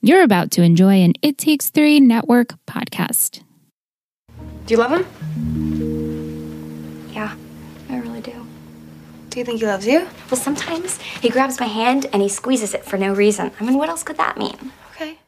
You're about to enjoy an It Takes Three Network podcast. Do you love him? Yeah, I really do. Do you think he loves you? Well, sometimes he grabs my hand and he squeezes it for no reason. I mean, what else could that mean? Okay.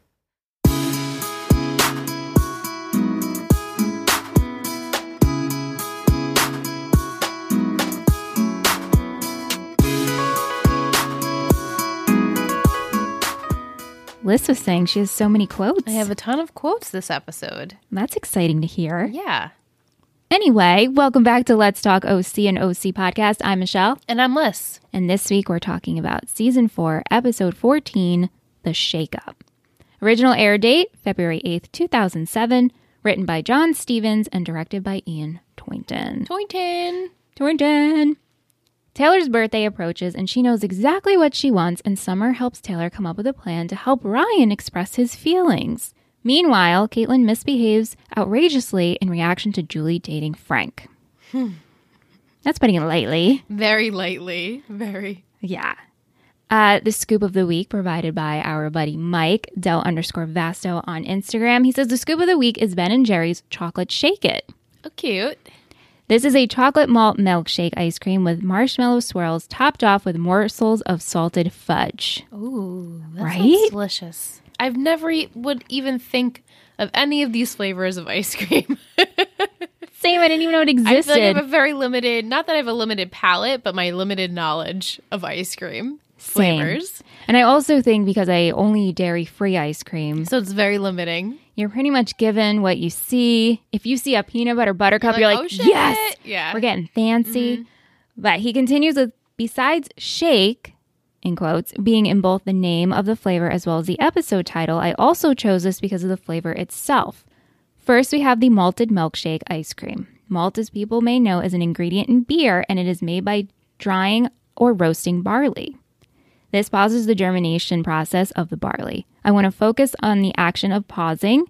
Liz was saying she has so many quotes. I have a ton of quotes this episode. That's exciting to hear. Yeah. Anyway, welcome back to Let's Talk OC and OC podcast. I'm Michelle, And I'm Liz. and this week we're talking about season 4, episode 14, The Shakeup. Original air date February 8th, 2007, written by John Stevens and directed by Ian Toynton. Toynton. Toynton. Taylor's birthday approaches and she knows exactly what she wants, and Summer helps Taylor come up with a plan to help Ryan express his feelings. Meanwhile, Caitlin misbehaves outrageously in reaction to Julie dating Frank. That's putting it lightly. Very lightly. Very. Yeah. Uh, the scoop of the week provided by our buddy Mike Del underscore Vasto on Instagram. He says the scoop of the week is Ben and Jerry's chocolate shake it. Oh, cute. This is a chocolate malt milkshake ice cream with marshmallow swirls topped off with morsels of salted fudge. Ooh. sounds delicious. I've never e- would even think of any of these flavors of ice cream. Same, I didn't even know it I feel like I existed. have a very limited, not that I have a limited palate, but my limited knowledge of ice cream Same. flavors. And I also think because I only eat dairy free ice cream, So it's very limiting. you're pretty much given what you see. If you see a peanut butter buttercup, you're like, oh, shit. yes, Yeah. Mm-hmm. we're getting fancy. But he continues with besides shake, in quotes, being in both the name of the flavor as well as the episode title, I also chose this because of the flavor itself. First, we have the malted milkshake ice cream. Malt, as people may know, is an ingredient in beer and it is made by drying or roasting barley. This pauses the germination process of the barley. I want to focus on the action of pausing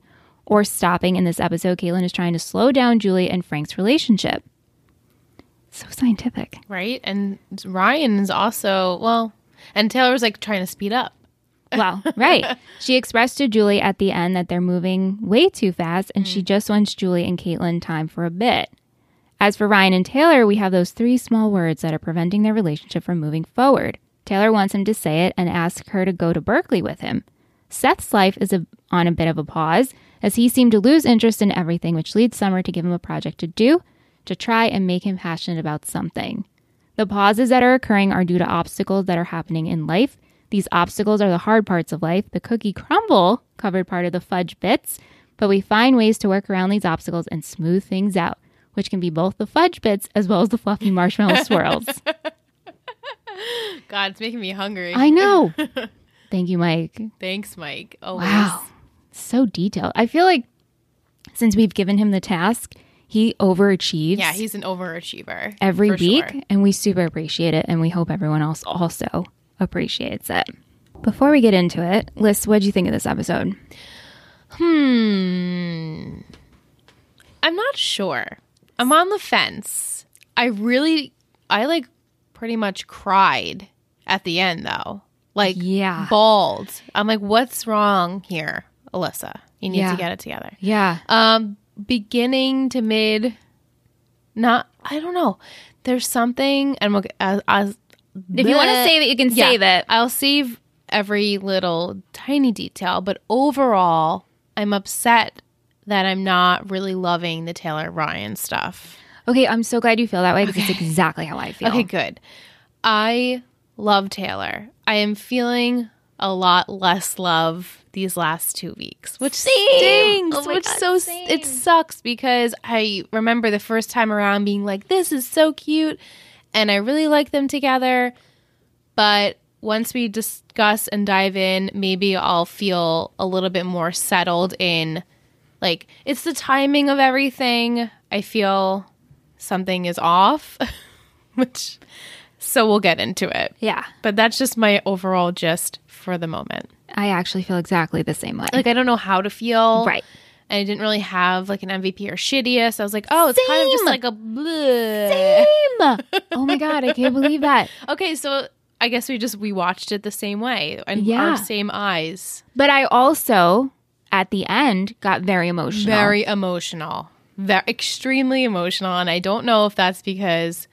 or stopping in this episode. Caitlin is trying to slow down Julie and Frank's relationship. So scientific. Right? And Ryan is also, well, and Taylor's like trying to speed up. Well, right. She expressed to Julie at the end that they're moving way too fast and she just wants Julie and Caitlin time for a bit. As for Ryan and Taylor, we have those three small words that are preventing their relationship from moving forward. Taylor wants him to say it and asks her to go to Berkeley with him. Seth's life is a, on a bit of a pause as he seemed to lose interest in everything, which leads Summer to give him a project to do to try and make him passionate about something. The pauses that are occurring are due to obstacles that are happening in life. These obstacles are the hard parts of life, the cookie crumble covered part of the fudge bits, but we find ways to work around these obstacles and smooth things out, which can be both the fudge bits as well as the fluffy marshmallow swirls. God, it's making me hungry. I know. Thank you, Mike. Thanks, Mike. Oh, Wow. So detailed. I feel like since we've given him the task, he overachieves Yeah, he's an overachiever. every for week, sure. and we super appreciate it. And we hope everyone else also appreciates it. Before we get into it, Liz, what do you think of this episode? I'm not sure. I'm on the fence. I really, I like pretty much cried at the end though. Like, Yeah. bawled. I'm like, what's wrong here, Alyssa? You need Yeah. to get it together. Yeah. Um, beginning to mid, not, I don't know. There's something, and we'll, get- as, as If you want to save it, you can Yeah. save it. I'll save every little tiny detail, but overall, I'm upset that I'm not really loving the Taylor Ryan stuff. Okay, I'm so glad you feel that way because it's exactly how I feel. Okay, good. I love Taylor. I am feeling a lot less love these last two weeks, which stinks. Oh my which God, so s- it sucks because I remember the first time around being like, "This is so cute," and I really like them together. But once we discuss and dive in, maybe I'll feel a little bit more settled in. Like it's the timing of everything. I feel something is off, which so we'll get into it. Yeah, But that's just my overall gist for the moment. I actually feel exactly the same way. Like I don't know how to feel. Right. And I didn't really have like an MVP or shittiest. I was like, oh, it's kind of just Same. like a bleh. Same. oh my god, I can't believe that. Okay, so I I guess we just we watched it the same way and Yeah. our same eyes. But I also, at the end, got very emotional. Very emotional. Very extremely emotional and I don't know if that's because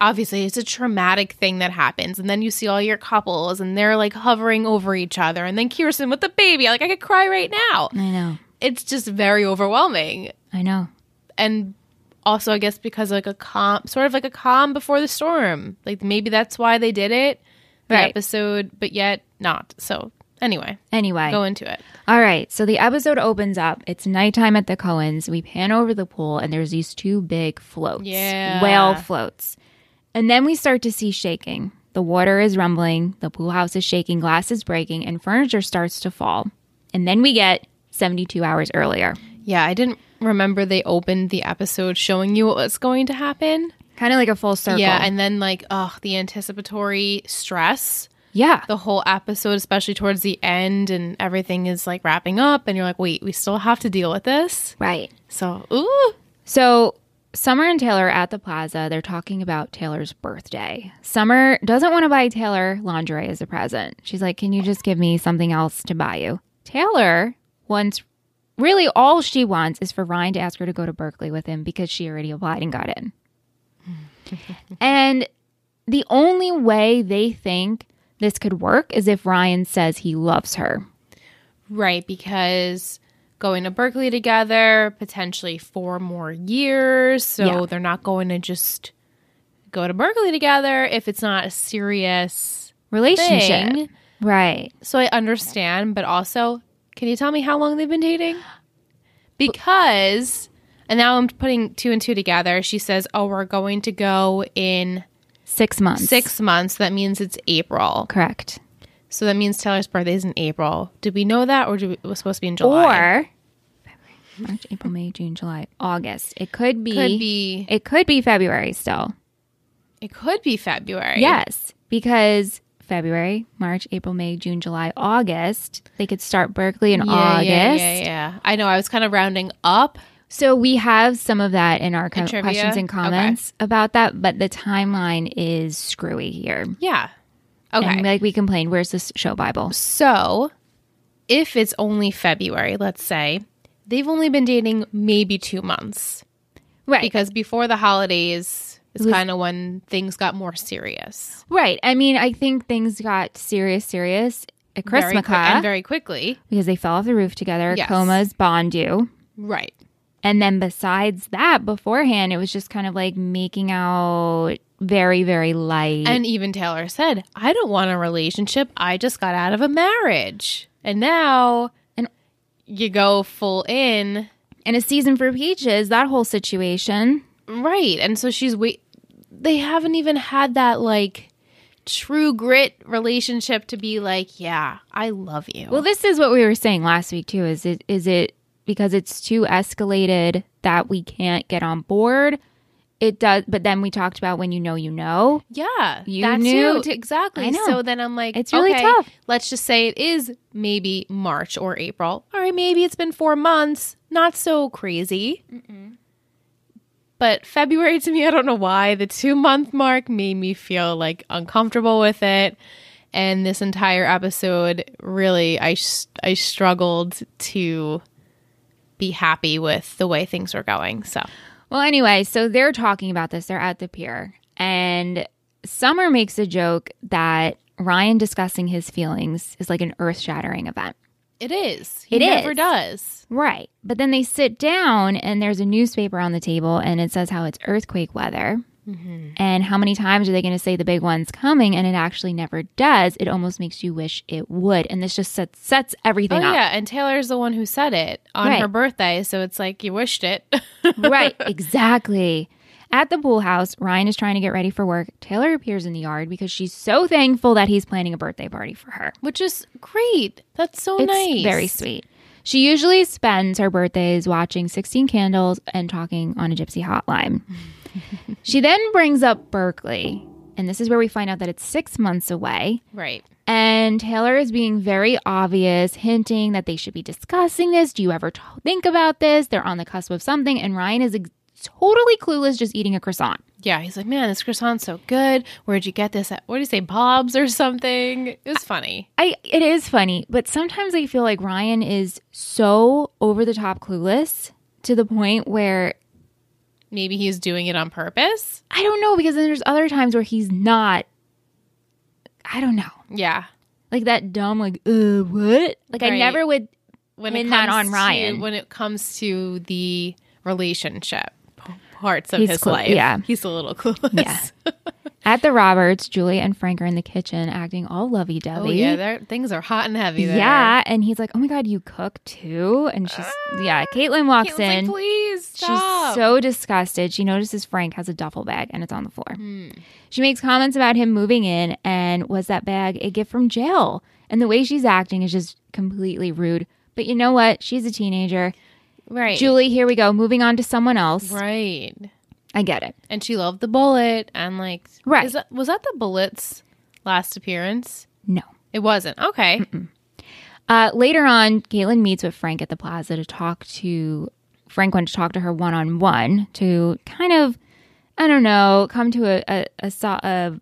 obviously it's a traumatic thing that happens and then you see all your couples and they're like hovering over each other and then Kirsten with the baby like I could cry right now. I know. It's just very overwhelming I know. and also I guess because like a calm, sort of like a calm before the storm. Like maybe that's why they did it, the Right. episode, but yet not. So anyway, Anyway. go into it. All right, so the episode opens up. It's nighttime at the Cohens. We pan over the pool, and there's these two big floats, Yeah. whale floats. And then we start to see shaking. The water is rumbling, the pool house is shaking, glass is breaking, and furniture starts to fall. And then we get 72 hours earlier. Yeah, I didn't remember they opened the episode showing you what was going to happen. Kind of like a full circle. Yeah, and then like oh, the anticipatory stress. yeah. The whole episode, especially towards the end, and everything is like wrapping up, and you're like, wait, we still have to deal with this. right. So, ooh, So Summer and Taylor are at the plaza. They're talking about Taylor's birthday. Summer doesn't want to buy Taylor lingerie as a present. She's like, Can you just give me something else to buy you? Taylor wants really all she wants is for Ryan to ask her to go to Berkeley with him because she already applied and got in. and the only way they think this could work is if Ryan says he loves her. Right, because going to Berkeley together, potentially four more years. So Yeah. they're not going to just go to Berkeley together if it's not a serious Relationship. thing. Right. So I understand, but also, can you tell me how long they've been dating? Because, and now I'm putting two and two together. She says, Oh, we're going to go in Six months. six months. That means it's April. Correct. So that means Taylor's birthday is in April. Did we know that, or did we, it was supposed to be in July? Or March, April, May, June, July, August. It could be. could be It could be February still. It could be February. Yes, because February, March, April, May, June, July, August. They could start Berkeley in Yeah, August. Yeah, yeah, yeah. I know. I was kind of rounding up. So we have some of that in our co- trivia? questions and comments about that, but the timeline is screwy here. Yeah. Okay. And like we complained, where's this show Bible? so, if it's only February, let's say, they've only been dating maybe two months Right. because before the holidays is was- kind of when things got more serious. right. I mean, I think things got serious, serious at Very Christmas quick- and very quickly. because they fell off the roof together. Yes. Comas bond you. Right. And then besides that, beforehand, it was just kind of like making out very, very light. And even Taylor said, I don't want a relationship. I just got out of a marriage. And now And- you go full in. and a season for peaches, that whole situation. Right. And so she's wait they haven't even had that like true grit relationship to be like, yeah, I love you. Well, this is what we were saying last week too. Is it is it because it's too escalated that we can't get on board? It does, but then we talked about when you know you know. yeah. you that's knew- it. exactly. I know. So then I'm like, It's really okay, tough. Let's just say it is maybe March or April. All right, maybe it's been 4 months. Not so crazy. But February to me, I don't know why the 2 month mark made me feel like uncomfortable with it. and this entire episode really I s- I struggled to be happy with the way things were going. So, Well, anyway, so they're talking about this. They're at the pier, and Summer makes a joke that Ryan discussing his feelings is like an earth shattering event. it is. It It never is. does. Right. But then they sit down and there's a newspaper on the table and it says how it's earthquake weather. And how many times are they going to say the big one's coming? And it actually never does. It almost makes you wish it would. And this just sets, sets Oh everything up. yeah, and Taylor's the one who said it on Right. her birthday, so it's like you wished it. right. Exactly. At the pool house, Ryan is trying to get ready for work. Taylor appears in the yard because she's so thankful that he's planning a birthday party for her. Which is great. That's so It's Oh, nice. very sweet. She usually spends her birthdays watching 16 Candles and talking on a gypsy hotline. she then brings up Berkeley, and this is where we find out that it's six months away. Right. And Taylor is being very obvious, hinting that they should be discussing this. Do you ever t- think about this? They're on the cusp of something. And Ryan is ex- totally clueless, just eating a croissant. Yeah, he's like, man, this croissant's so good. Where'd you get this at? What do you say, Bob's or something? It was funny. I it is funny, but sometimes I feel like Ryan is so over the top clueless to the point where Maybe he's doing it on purpose. I don't know because then there's other times where he's not. I don't know, Yeah. like that dumb like uh what? Like I Right. never would. When And not on to- Ryan. when it comes to the relationship p- parts of He's his clue- life, yeah. he's a little clueless. Yeah. At the Roberts, Julie and Frank are in the kitchen acting all lovey Oh dovey. yeah, there, things are hot and heavy there. Yeah, and he's like, "Oh my god, you cook too?" And she's yeah. Caitlin walks Caitlin's in. Ah, like, please She's stop. so disgusted. She notices Frank has a duffel bag and it's on the floor. She makes comments about him moving in and was that bag a gift from jail? And the way she's acting is just completely rude. But you know what? She's a teenager. right, Julie, here we go. Moving on to someone else. right. I get it. And she loved the bullet and like Right. is that- was that the bullet's last appearance? No. It wasn't. Okay. Uh, later on, Caitlin meets with Frank at the plaza to talk to Frank went to talk to her one on one to kind of, I don't know, come to a a, a, so- a,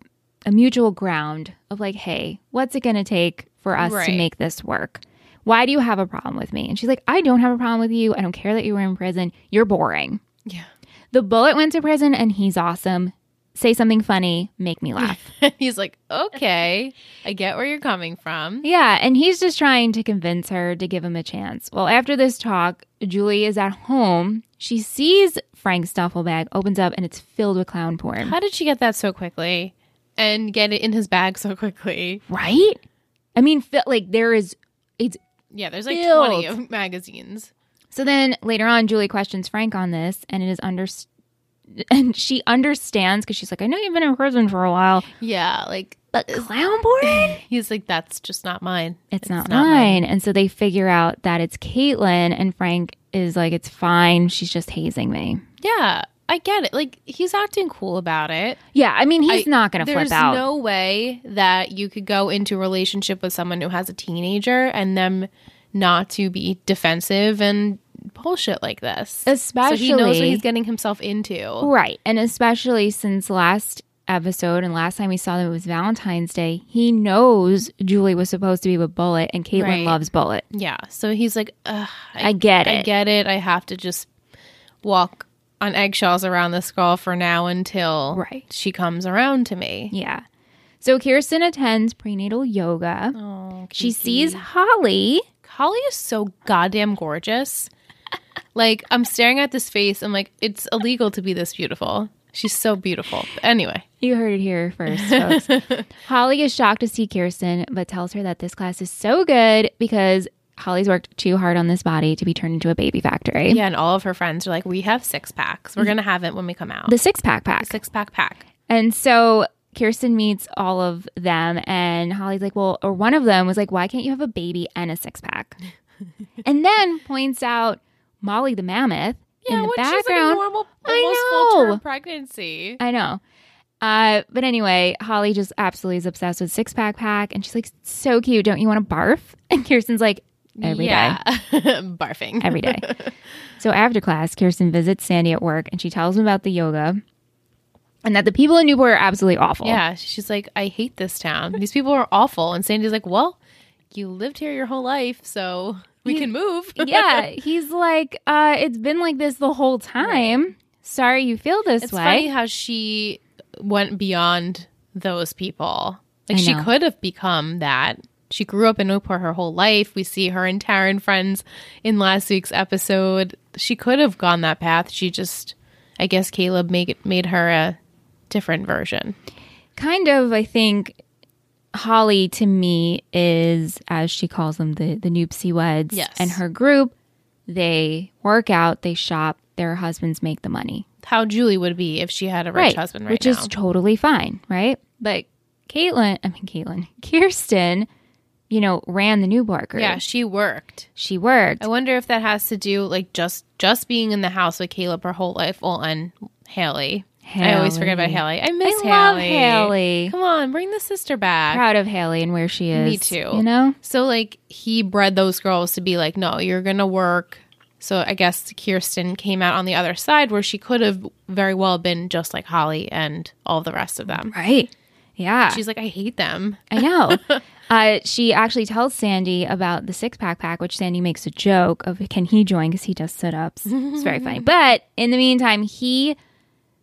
a mutual ground of like, hey, what's it going to take for us to Right. make this work? Why do you have a problem with me? And she's like, I don't have a problem with you. I don't care that you were in prison. You're boring. Yeah. The bullet went to prison and he's awesome. Say something funny, make me laugh. He's like, okay, I get where you're coming from. Yeah, and he's just trying to convince her to give him a chance. Well, after this talk, Julie is at home. She sees Frank's duffel bag, opens up, and it's filled with clown porn. How did she get that so quickly and get it in his bag so quickly? Right? I mean, fi- like there is, it's Yeah, there's like Filled. 20 of magazines. So then later on, Julie questions Frank on this, and it is under, and she understands because she's like, I know you've been in prison for a while, Yeah, like but clown porn? he's like, that's just not mine. It's, not, mine. And so they figure out that it's Caitlin, and Frank is like, It's fine. She's just hazing me. Yeah, I get it. Like he's acting cool about it. Yeah, I mean, he's I- not going to flip There's out. no way that you could go into a relationship with someone who has a teenager and them not to be defensive and bullshit like this. so he knows what Especially- he's getting himself into. right. And especially since last episode and last time we saw them, it was Valentine's Day. He knows Julie was supposed to be with Bullet, and Caitlin Right. loves Bullet. Yeah, so he's like, Ugh, I get I it. get it. I have to just walk on eggshells around this girl for now until Right. she comes around to me. yeah. So Kirsten attends prenatal yoga. she sees Holly. Holly is so goddamn gorgeous. like I'm staring at this face. I'm like, it's illegal to be this beautiful. She's so beautiful. But anyway, You heard it here first, folks. Holly is shocked to see Kirsten, but tells her that this class is so good because Holly's worked too hard on this body to be turned into a baby factory. yeah, and all of her friends are like, we have six packs. We're gonna have it when we come out. Mm. The six pack pack. six pack pack. And so Kirsten meets all of them, and Holly's like, Well, or one of them was like, Why can't you have a baby and a six pack? and then points out Molly the mammoth in the when she's like a background. normal, I almost full know. term pregnancy. I know. Uh, but anyway, Holly just absolutely is obsessed with six pack pack, and she's like, So cute. Don't you want to barf? And Kirsten's like, every day yeah, barfing. every day. so after class, Kirsten visits Sandy at work, and she tells him about the yoga. And that the people in Newport are absolutely awful. Yeah, she's like, I hate this town. These people are awful. And Sandy's like, Well, you lived here your whole life, so we can move. yeah, he's like, uh, it's been like this the whole time. Sorry you feel this it's way. funny how she went beyond those people. Like I she know. could have become that. She grew up in Newport her whole life. We see her and Taryn friends in last week's episode. She could have gone that path. She just, I guess, Caleb made made her a different version. Kind of, I think Holly to me is, as she calls them, the the noopsie weds. Yes. And her group, they work out, they shop, their husbands make the money. How Julie would be if she had a rich husband right which now. is totally fine, right? But Caitlin, I mean Caitlin, Kirsten, you know, ran the Newport group. yeah, she worked. She worked. I wonder if that has to do like just just being in the house with Caleb her whole life. Well, and Haley. I always forget about Haley. I miss I love Haley. Haley. Come on, bring the sister back. Proud of Haley and where she is. Me too. You know? So like he bred those girls to be like, no, you're gonna work So I guess Kirsten came out on the other side where she could have very well been just like Holly and all the rest of them. Right. Yeah. She's like, I hate them. I know. uh, she actually tells Sandy about the six pack pack, which Sandy makes a joke of, can he join? Because he does sit ups. it's very funny. But in the meantime, he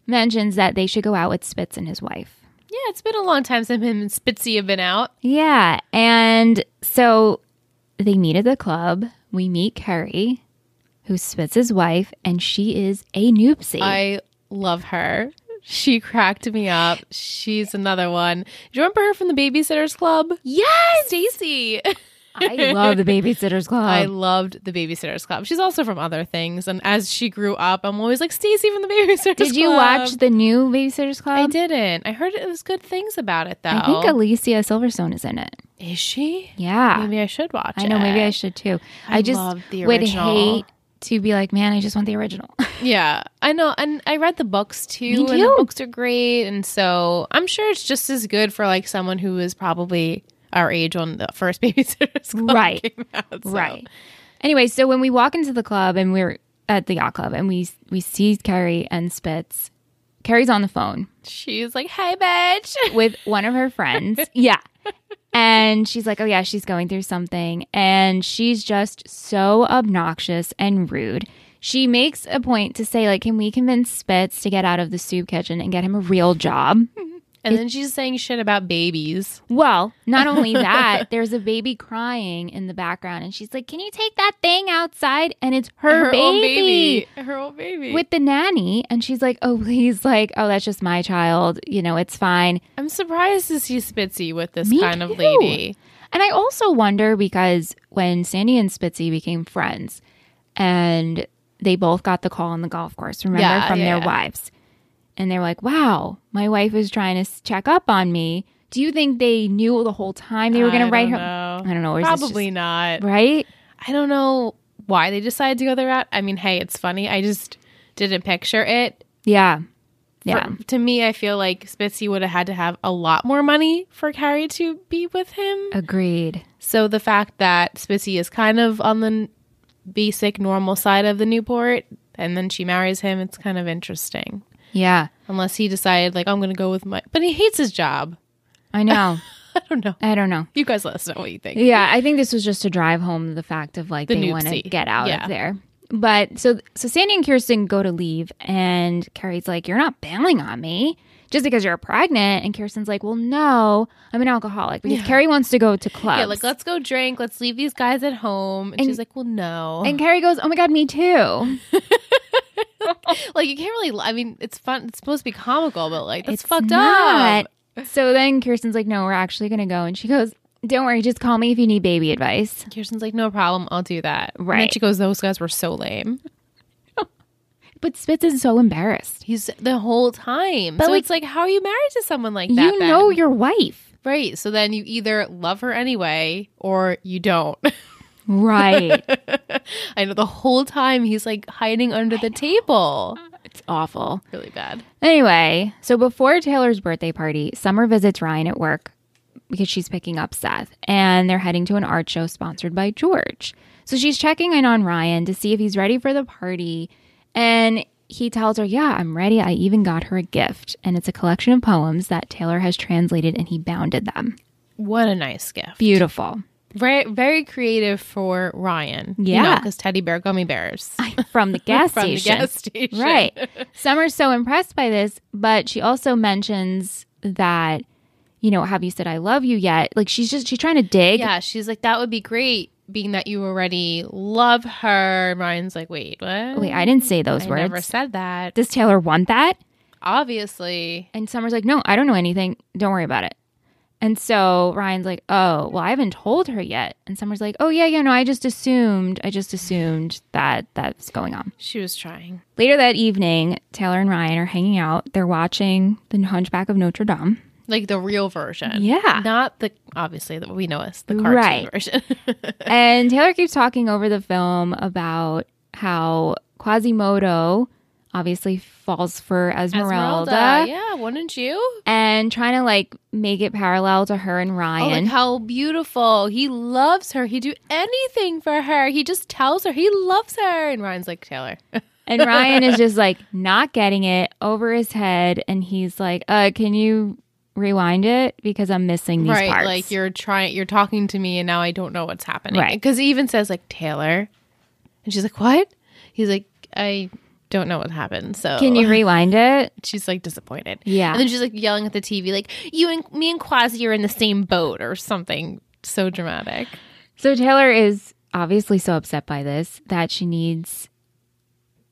mentions that they should go out with Spitz and his wife. Yeah, it's been a long time since him and Spitzy have been out. Yeah. And so they meet at the club. We meet Carrie, who's Spitz's wife, and she is a noopsie. I love her. She cracked me up. She's another one. Do you remember her from the Babysitters Club? yes. Um, Stacy. I love the Babysitters Club. I loved the Babysitters Club. She's also from other things. And as she grew up, I'm always like, Stacy from the Babysitters Club. Did you watch the new Babysitters Club? I didn't. I heard it was good things about it, though. I think Alicia Silverstone is in it. Is she? Yeah. Maybe I should watch I know. Maybe I it. should too. I, I just love the would original. hate to be like, man, I just want the original. Yeah, I know, and I read the books too. Me And the too. books are great, and so I'm sure it's just as good for like someone who is probably our age when the first Babysitters Club Right. came out. so. Right. Anyway, so when we walk into the club and we're at the yacht club and we we see Carrie and Spitz, Carrie's on the phone She's like, "Hey, bitch." with one of her friends. yeah. And she's like, oh, yeah, she's going through something. And she's just so obnoxious and rude. She makes a point to say, like, can we convince Spitz to get out of the soup kitchen and get him a real job? And then she's saying shit about babies. Well, not only that, there's a baby crying in the background, and she's like, "Can you take that thing outside?" And it's her, Her baby, own baby. Her own baby. with the nanny, and she's like, "Oh, please, like, oh, that's just my child. You know, it's fine." I'm surprised to see Spitzy with this Me kind of too. lady. And I also wonder because when Sandy and Spitzy became friends, and they both got the call on the golf course, remember Yeah, from yeah, their yeah. wives, and they're like, "Wow, my wife is trying to s- check up on me." Do you think they knew the whole time they were going I to write don't her? know. I don't know. or is this just- Probably not. right? I don't know why they decided to go the route. I mean, hey, it's funny. I just didn't picture it. Yeah. For- Yeah. to me, I feel like Spitzy would have had to have a lot more money for Carrie to be with him. Uh, Agreed. So the fact that Spitzy is kind of on the n- basic normal side of the Newport and then she marries him, it's kind of interesting. Yeah. Unless he decided, like, I'm going to go with my. But he hates his job. I know. I don't know. I don't know. You guys let us know what you think. Yeah, I think this was just to drive home the fact of like The they want to noopsie. get out Yeah. of there. But so so Sandy and Kirsten go to leave and Carrie's like, You're not bailing on me just because you're pregnant and Kirsten's like, Well no, I'm an alcoholic because Carrie wants to go to clubs. Yeah, like, let's go drink. Let's leave these guys at home. And, she's like, well, no. and Carrie goes, Oh my god, me too. like, you can't really. I mean, it's fun. It's supposed to be comical, but, like, that's fucked up. up. So then Kirsten's like, No, we're actually gonna go and she goes, Don't worry, just call me if you need baby advice. Kirsten's like, no problem. I'll do that. And then Right. she goes, those guys were so lame. But Spitz is so embarrassed. He's the whole time. But, so like, it's like, how are you married to someone like that? You know then? your wife. right. So then you either love her anyway or you don't. Right. I know the whole time he's like hiding under the table. it's awful. Really bad. Anyway, so before Taylor's birthday party, Summer visits Ryan at work because she's picking up Seth and they're heading to an art show sponsored by George. So she's checking in on Ryan to see if he's ready for the party. And he tells her, Yeah, I'm ready. I even got her a gift. And it's a collection of poems that Taylor has translated and he bounded them. What a nice gift. Beautiful. Very, very creative for Ryan. Yeah. Because teddy bear gummy bears. From the gas From the station. gas station. Right. Summer's so impressed by this, but she also mentions that, you know, have you said I love you yet? Like she's just she's trying to dig. Yeah. She's like, that would be great, being that you already love her. And Ryan's like, wait, what? Wait, I didn't say those I words. never said that. Does Taylor want that? Obviously. And Summer's like, No, I don't know anything. Don't worry about it. And so Ryan's like, Oh, well, I haven't told her yet. And Summer's like, Oh yeah, yeah, no, I just assumed I just assumed that that's going on. She was trying. Later that evening, Taylor and Ryan are hanging out. They're watching the hunchback of Notre Dame. Like the real version. Yeah. Not the obviously that we know as the cartoon Right. version. And Taylor keeps talking over the film about how Quasimodo obviously falls for Esmeralda, Esmeralda. Yeah, wouldn't you? and trying to like make it parallel to her and Oh, like Ryan. how beautiful. He loves her. He'd do anything for her. He just tells her he loves her. And Ryan's like, Taylor. and Ryan is just like not getting it over his head. And he's like, uh, can you rewind it? Because I'm missing these right. parts. Like you're trying you're talking to me and now I don't know what's happening. Right. Because he even says like Taylor. And she's like, What? He's like, I don't know what happened. So can you rewind it? she's like disappointed. Yeah. And then she's like yelling at the TV, like, you and me and Quasi are in the same boat or something so dramatic. So Taylor is obviously so upset by this that she needs.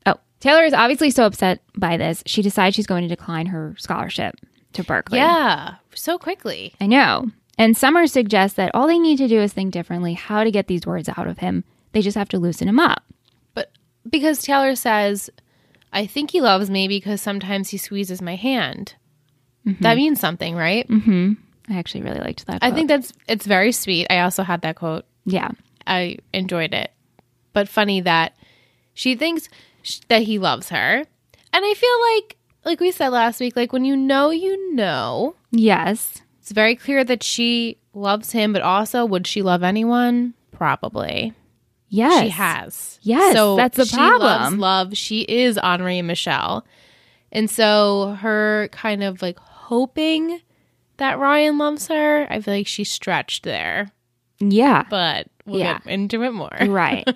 Oh, Taylor is obviously so upset by this. She decides she's going to decline her scholarship to Berkeley. Yeah. So quickly. I know. And Summer suggests that all they need to do is think differently how to get these words out of him. They just have to loosen him up. But because Taylor says, I think he loves me because sometimes he squeezes my hand. That means something, right? I actually really liked that. I quote. think that's it's very sweet. I also had that quote. yeah, I enjoyed it. But funny that she thinks sh- that he loves her. And I feel like like we said last week, like when you know you know, yes, it's very clear that she loves him, but also would she love anyone? Probably. yes. She has. Yes, that's the she loves problem. love. She is Henri and Michelle. And so her kind of like hoping that Ryan loves her, I feel like she's stretched there. Yeah, But we'll Yeah. get into it more. right.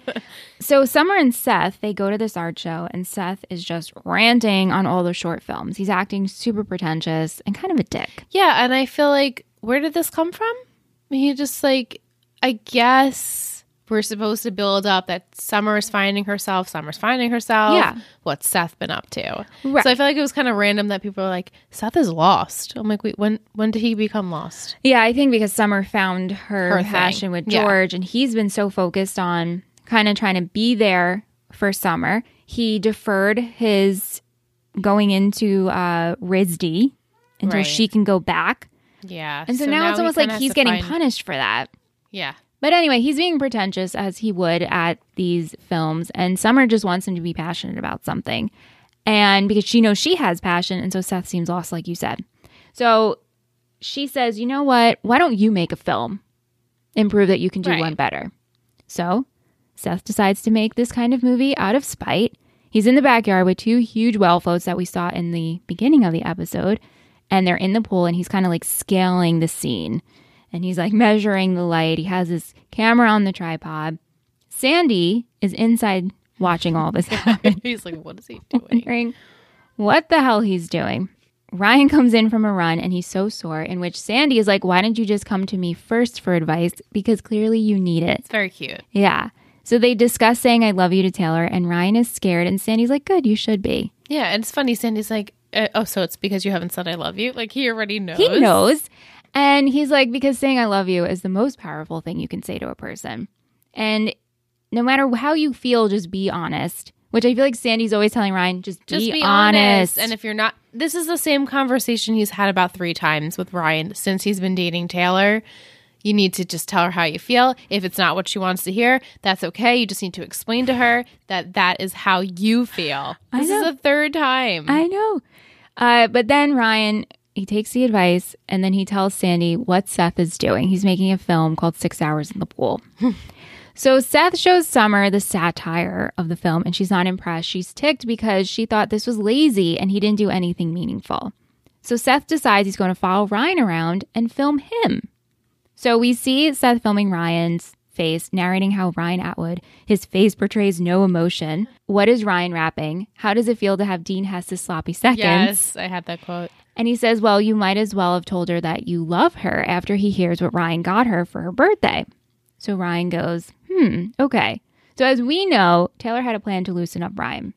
so Summer and Seth they go to this art show, and Seth is just ranting on all the short films. He's acting super pretentious and kind of a dick. Yeah, and I feel like where did this come from? He just like I guess we're supposed to build up that Summer's finding herself, Summer's finding herself. Yeah. What's Seth been up to? Right. So I feel like it was kind of random that people are like, Seth is lost. I'm like, wait, when when did he become lost? Yeah, I think because Summer found her, Her thing. passion with Yeah. George, and he's been so focused on kind of trying to be there for Summer, he deferred his going into uh, RISD until Right. she can go back. Yeah. And so, now, it's he almost kinda like has he's to getting find- punished for that. Yeah. But anyway, he's being pretentious as he would at these films. And Summer just wants him to be passionate about something. And because she knows she has passion. And so Seth seems lost, like you said. So she says, you know what? Why don't you make a film and prove that you can do Right. one better? So Seth decides to make this kind of movie out of spite. He's in the backyard with two huge well floats that we saw in the beginning of the episode, and they're in the pool, and he's kind of like scaling the scene. And he's like measuring the light. He has his camera on the tripod. Sandy is inside watching all this happen, he's like, what is he doing? wondering what the hell he's doing. Ryan comes in from a run and he's so sore, in which Sandy is like, Why didn't you just come to me first for advice? Because clearly you need it. It's very cute. Yeah. So they discuss saying I love you to Taylor, and Ryan is scared, and Sandy's like, good, you should be. Yeah, and it's funny. Sandy's like, uh, oh, so it's because you haven't said I love you. Like he already knows. He knows. And he's like, because saying I love you is the most powerful thing you can say to a person. And no matter how you feel, just be honest, which I feel like Sandy's always telling Ryan, just, Just be, honest. And if you're not, this is the same conversation he's had about three times with Ryan since he's been dating Taylor. You need to just tell her how you feel. If it's not what she wants to hear, that's okay. You just need to explain to her that that is how you feel. This is know. the third time. I know. Uh, but then Ryan, he takes the advice and then he tells Sandy what Seth is doing. He's making a film called Six Hours in the Pool. so Seth shows Summer the satire of the film and she's not impressed. She's ticked because she thought this was lazy and he didn't do anything meaningful. So Seth decides he's going to follow Ryan around and film him. So we see Seth filming Ryan's face, narrating how Ryan Atwood, his face portrays no emotion. What is Ryan rapping? How does it feel to have Dean Hess's sloppy seconds? yes, I had that quote. And he says, Well, you might as well have told her that you love her after he hears what Ryan got her for her birthday. So Ryan goes, Hmm, okay. So as we know, Taylor had a plan to loosen up Ryan.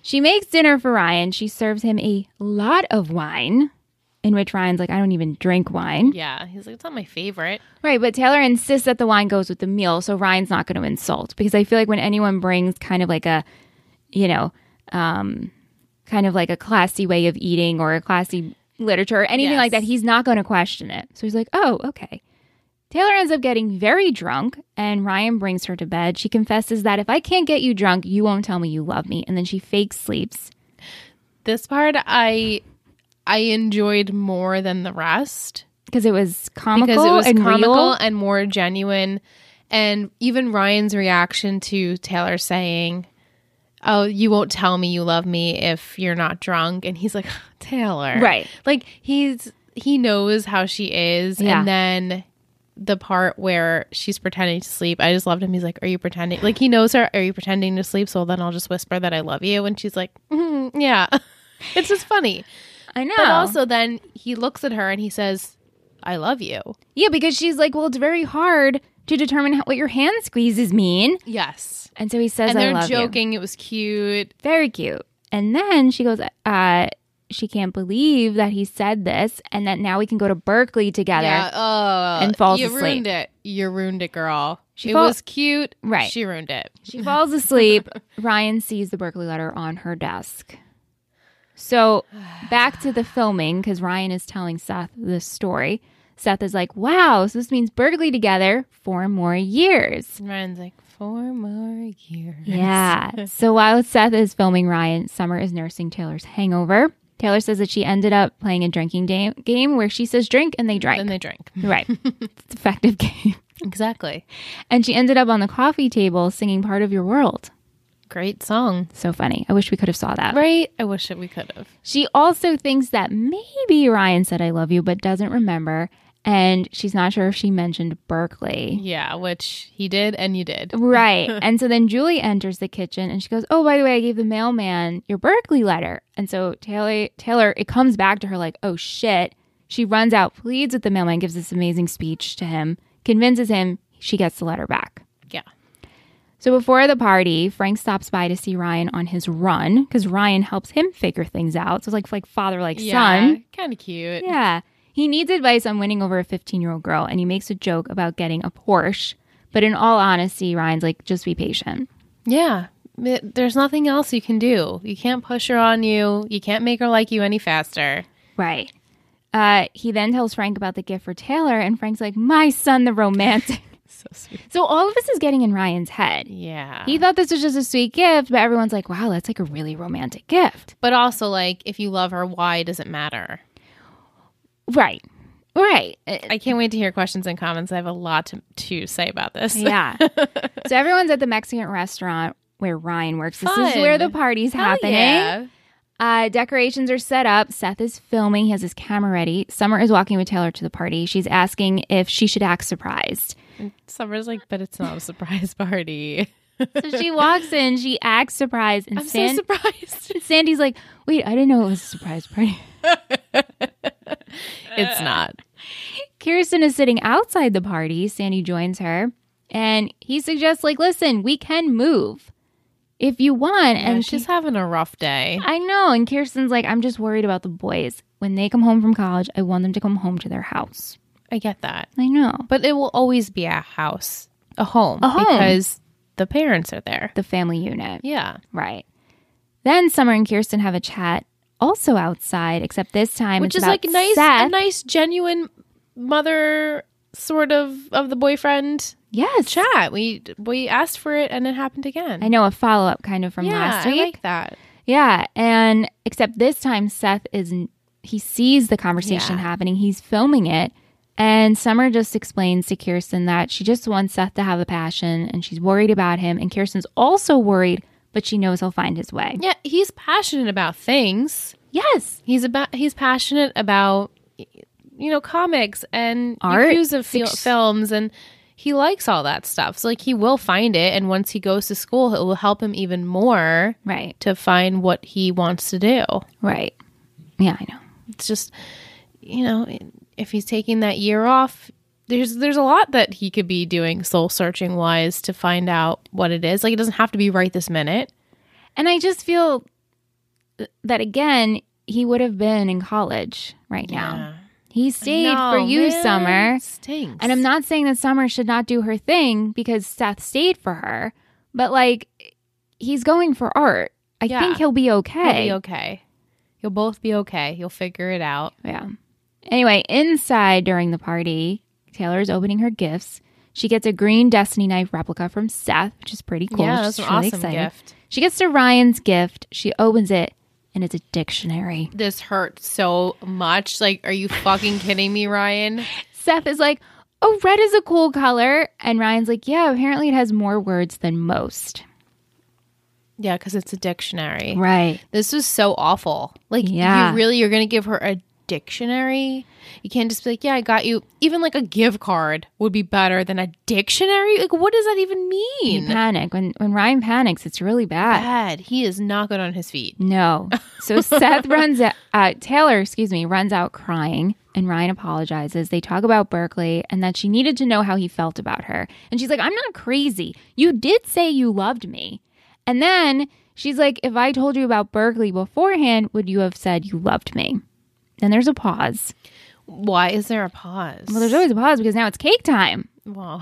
she makes dinner for Ryan. She serves him a lot of wine, in which Ryan's like, I don't even drink wine. Yeah, he's like, it's not my favorite. Right, but Taylor insists that the wine goes with the meal, so Ryan's not going to insult because I feel like when anyone brings kind of like a, you know, um, kind of like a classy way of eating or a classy literature or anything like Yes. that, he's not going to question it. So he's like, "Oh, okay." Taylor ends up getting very drunk, and Ryan brings her to bed. She confesses that if I can't get you drunk, you won't tell me you love me. And then she fake sleeps. This part I I enjoyed more than the rest because it was comical because it was and comical real. and more genuine and even Ryan's reaction to Taylor saying, "Oh, you won't tell me you love me if you're not drunk." And he's like, "Taylor." Right. Like he's he knows how she is Yeah. and then the part where she's pretending to sleep. I just loved him. He's like, "Are you pretending?" Like he knows her. Are you pretending to sleep? So then I'll just whisper that I love you, and she's like, "Mhm, "Yeah." it's just funny. I know. But also, then he looks at her and he says, "I love you." yeah, because she's like, well, it's very hard to determine how, what your hand squeezes mean. Yes, And so he says, and I they're love you." joking. It was cute. Very cute. And then she goes, uh, she can't believe that he said this and that now we can go to Berkeley together. Yeah. Oh, And falls You asleep. ruined it. You ruined it, girl. She it fall- was cute. Right. She ruined it. She falls asleep. Ryan sees the Berkeley letter on her desk. So back to the filming because Ryan is telling Seth this story. Seth is like, wow, so this means Berkeley together for more years. And Ryan's like, four more years. Yeah. so while Seth is filming Ryan, Summer is nursing Taylor's hangover. Taylor says that she ended up playing a drinking da- game where she says drink and they And drank. they drank. right. it's effective game. Exactly. And she ended up on the coffee table singing part of your world. Great song. So funny. I wish we could have saw that. Right? I wish that we could have. She also thinks that maybe Ryan said I love you but doesn't remember and she's not sure if she mentioned Berkeley. Yeah, which he did and you did. Right. and so then Julie enters the kitchen and she goes, "Oh, by the way, I gave the mailman your Berkeley letter." And so Taylor Taylor it comes back to her like, "Oh shit." She runs out, pleads with the mailman, gives this amazing speech to him, convinces him she gets the letter back. Yeah. So before the party, Frank stops by to see Ryan on his run because Ryan helps him figure things out. So it's like like father like son. Kind of cute. Yeah. He needs advice on winning over a 15 year old girl, and he makes a joke about getting a Porsche. But in all honesty, Ryan's like, just be patient. Yeah. It- there's nothing else you can do. You can't push her on you. You can't make her like you any faster. Right. Uh, he then tells Frank about the gift for Taylor, and Frank's like, my son, the romantic. So sweet. so all of this is getting in Ryan's head. Yeah. He thought this was just a sweet gift, but everyone's like, wow, that's like a really romantic gift. but also, like, if you love her, why does it matter? Right. Right. Uh, I can't wait to hear questions and comments. I have a lot to, to say about this. yeah. so everyone's at the Mexican restaurant where Ryan works. This is Fun. where the party's Hell happening. yeah. Uh, decorations are set up. Seth is filming. He has his camera ready. Summer is walking with Taylor to the party. She's asking if she should act surprised. Summer's like, but it's not a surprise party. So she walks in. She acts surprised, and I'm San- so surprised. Sandy's like, "Wait, I didn't know it was a surprise party." it's not. Kirsten is sitting outside the party. Sandy joins her, and he suggests, "Like, listen, we can move if you want." And and she's having a rough day. I know. And Kirsten's like, "I'm just worried about the boys. When they come home from college, I want them to come home to their house." I get that. I know. But it will always be a house, a home, A home. because the parents are there. The family unit. Yeah. Right. Then Summer and Kirsten have a chat also outside, except this time Which it's is like about nice, Seth. a nice, genuine mother sort of of the boyfriend yes. chat. We we asked for it and it happened again. I know a follow up kind of from yeah, last I week. like that. yeah, and except this time Seth is he sees the conversation Yeah. happening. He's filming it. And Summer just explains to Kirsten that she just wants Seth to have a passion and she's worried about him and Kirsten's also worried, but she knows he'll find his way. Yeah, he's passionate about things. Yes. He's about he's passionate about you know comics and Art, reviews of fil- fiction. films and he likes all that stuff. So like he will find it and once he goes to school it will help him even more Right. to find what he wants to do. Right. Yeah, I know. It's just you know if he's taking that year off there's there's a lot that he could be doing soul searching wise to find out what it is. Like it doesn't have to be right this minute. And I just feel th- that again, he would have been in college right now. He stayed for No, you, man, Summer. Stinks. And I'm not saying that Summer should not do her thing because Seth stayed for her, but like he's going for art. I Yeah. think he'll be You'll okay. be okay. You'll both be okay. You'll figure it out. Yeah. Anyway, inside during the party, Taylor is opening her gifts. She gets a green Destiny knife replica from Seth, which is pretty cool. Yeah, She's that's an really awesome excited. gift. She gets to Ryan's gift. She opens it, and it's a dictionary. This hurts so much. Like, are you fucking kidding me, Ryan? Seth is like, Oh, red is a cool color. And Ryan's like, Yeah, apparently it has more words than most. Yeah, because it's a dictionary. Right. This was so awful. Like, Yeah. you really you're gonna give her a dictionary? You can't just be like, yeah, I got you. Even like a gift card would be better than a dictionary. Like, what does that even You mean? panic. When, when Ryan panics, it's really bad. Bad. He is not good on his feet. No. So Seth runs out, uh, Taylor, excuse me, runs out crying, and Ryan apologizes. They talk about Berkeley and that she needed to know how he felt about her. And she's like, I'm not crazy. You did say you loved me. And then she's like, If I told you about Berkeley beforehand, would you have said you loved me? Then there's a pause. Why is there a pause? Well, there's always a pause because now it's cake time. wow.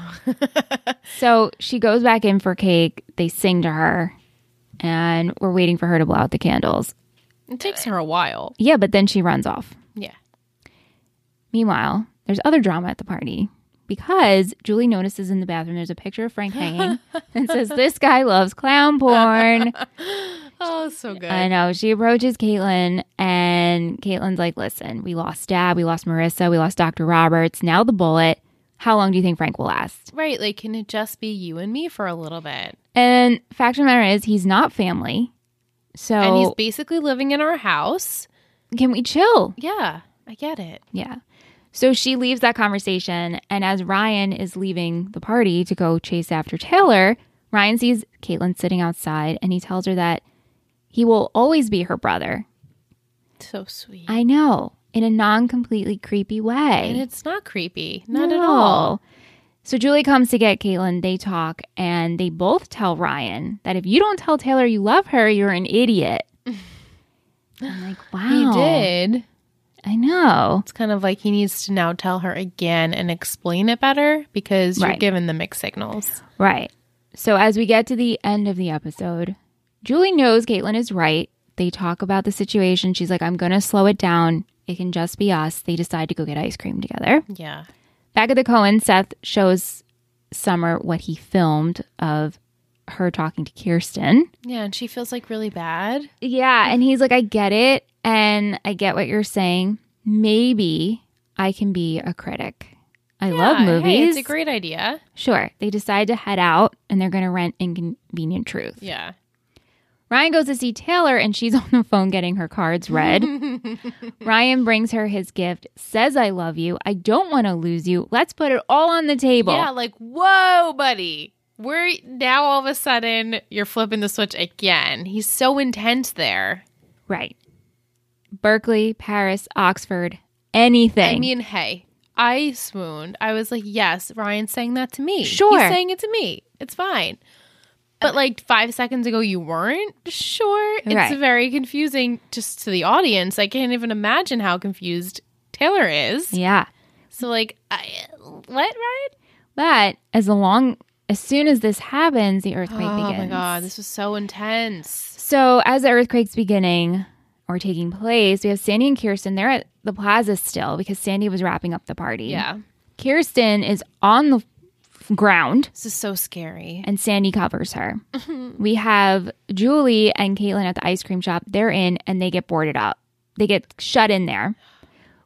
So she goes back in for cake. They sing to her, and we're waiting for her to blow out the candles. it takes her a while. Yeah, but then she runs off. Yeah. Meanwhile, there's other drama at the party because Julie notices in the bathroom there's a picture of Frank hanging and says, This guy loves clown porn. Oh, so good. I know. She approaches Caitlin, and Caitlin's like, Listen, we lost Dad, we lost Marissa, we lost Dr. Roberts, now the bullet. How long do you think Frank will last? right. Like, can it just be you and me for a little bit? And fact of the matter is, he's not family. So And he's basically living in our house. can we chill? Yeah, I get it. Yeah. So she leaves that conversation. And as Ryan is leaving the party to go chase after Taylor, Ryan sees Caitlin sitting outside and he tells her that he will always be her brother. So sweet. I know, in a non completely creepy and way. it's not creepy. Not at all. So Julie comes to get Caitlin. They talk and they both tell Ryan that if you don't tell Taylor you love her, you're an idiot. I'm like, wow. He did. I know. It's kind of like he needs to now tell her again and explain it better because you're Right. giving the mixed signals. Right. So as we get to the end of the episode, Julie knows Caitlin is right. They talk about the situation. She's like, I'm going to slow it down. It can just be us. They decide to go get ice cream together. Yeah. Back at the Cohen, Seth shows Summer what he filmed of her talking to Kirsten. Yeah. And she feels like really bad. Yeah. And he's like, I get it. And I get what you're saying. Maybe I can be a critic. I love Yeah, hey, movies. it's a great idea. sure. They decide to head out and they're going to rent Inconvenient Truth. Yeah. Ryan goes to see Taylor and she's on the phone getting her cards read. Ryan brings her his gift, says, I love you. I don't want to lose you. Let's put it all on the table. Yeah. Like, whoa, buddy. We're now all of a sudden you're flipping the switch again. He's so intense there. Right. Berkeley, Paris, Oxford, anything. I mean, hey, I swooned. I was like, yes, Ryan's saying that to me. Sure. He's saying it to me. It's fine. But like five seconds ago, you weren't sure. It's Right. very confusing just to the audience. I can't even imagine how confused Taylor is. yeah. So, like, I, what, Ryan? But as long as soon as this happens, the earthquake Oh begins. my God, this was so intense. So as the earthquake's beginning or taking place, we have Sandy and Kirsten. They're at the plaza still because Sandy was wrapping up the party. Yeah. Kirsten is on the f- ground. This is so scary. and Sandy covers her. Mm-hmm. we have Julie and Caitlin at the ice cream shop. They're in and they get boarded up. They get shut in there.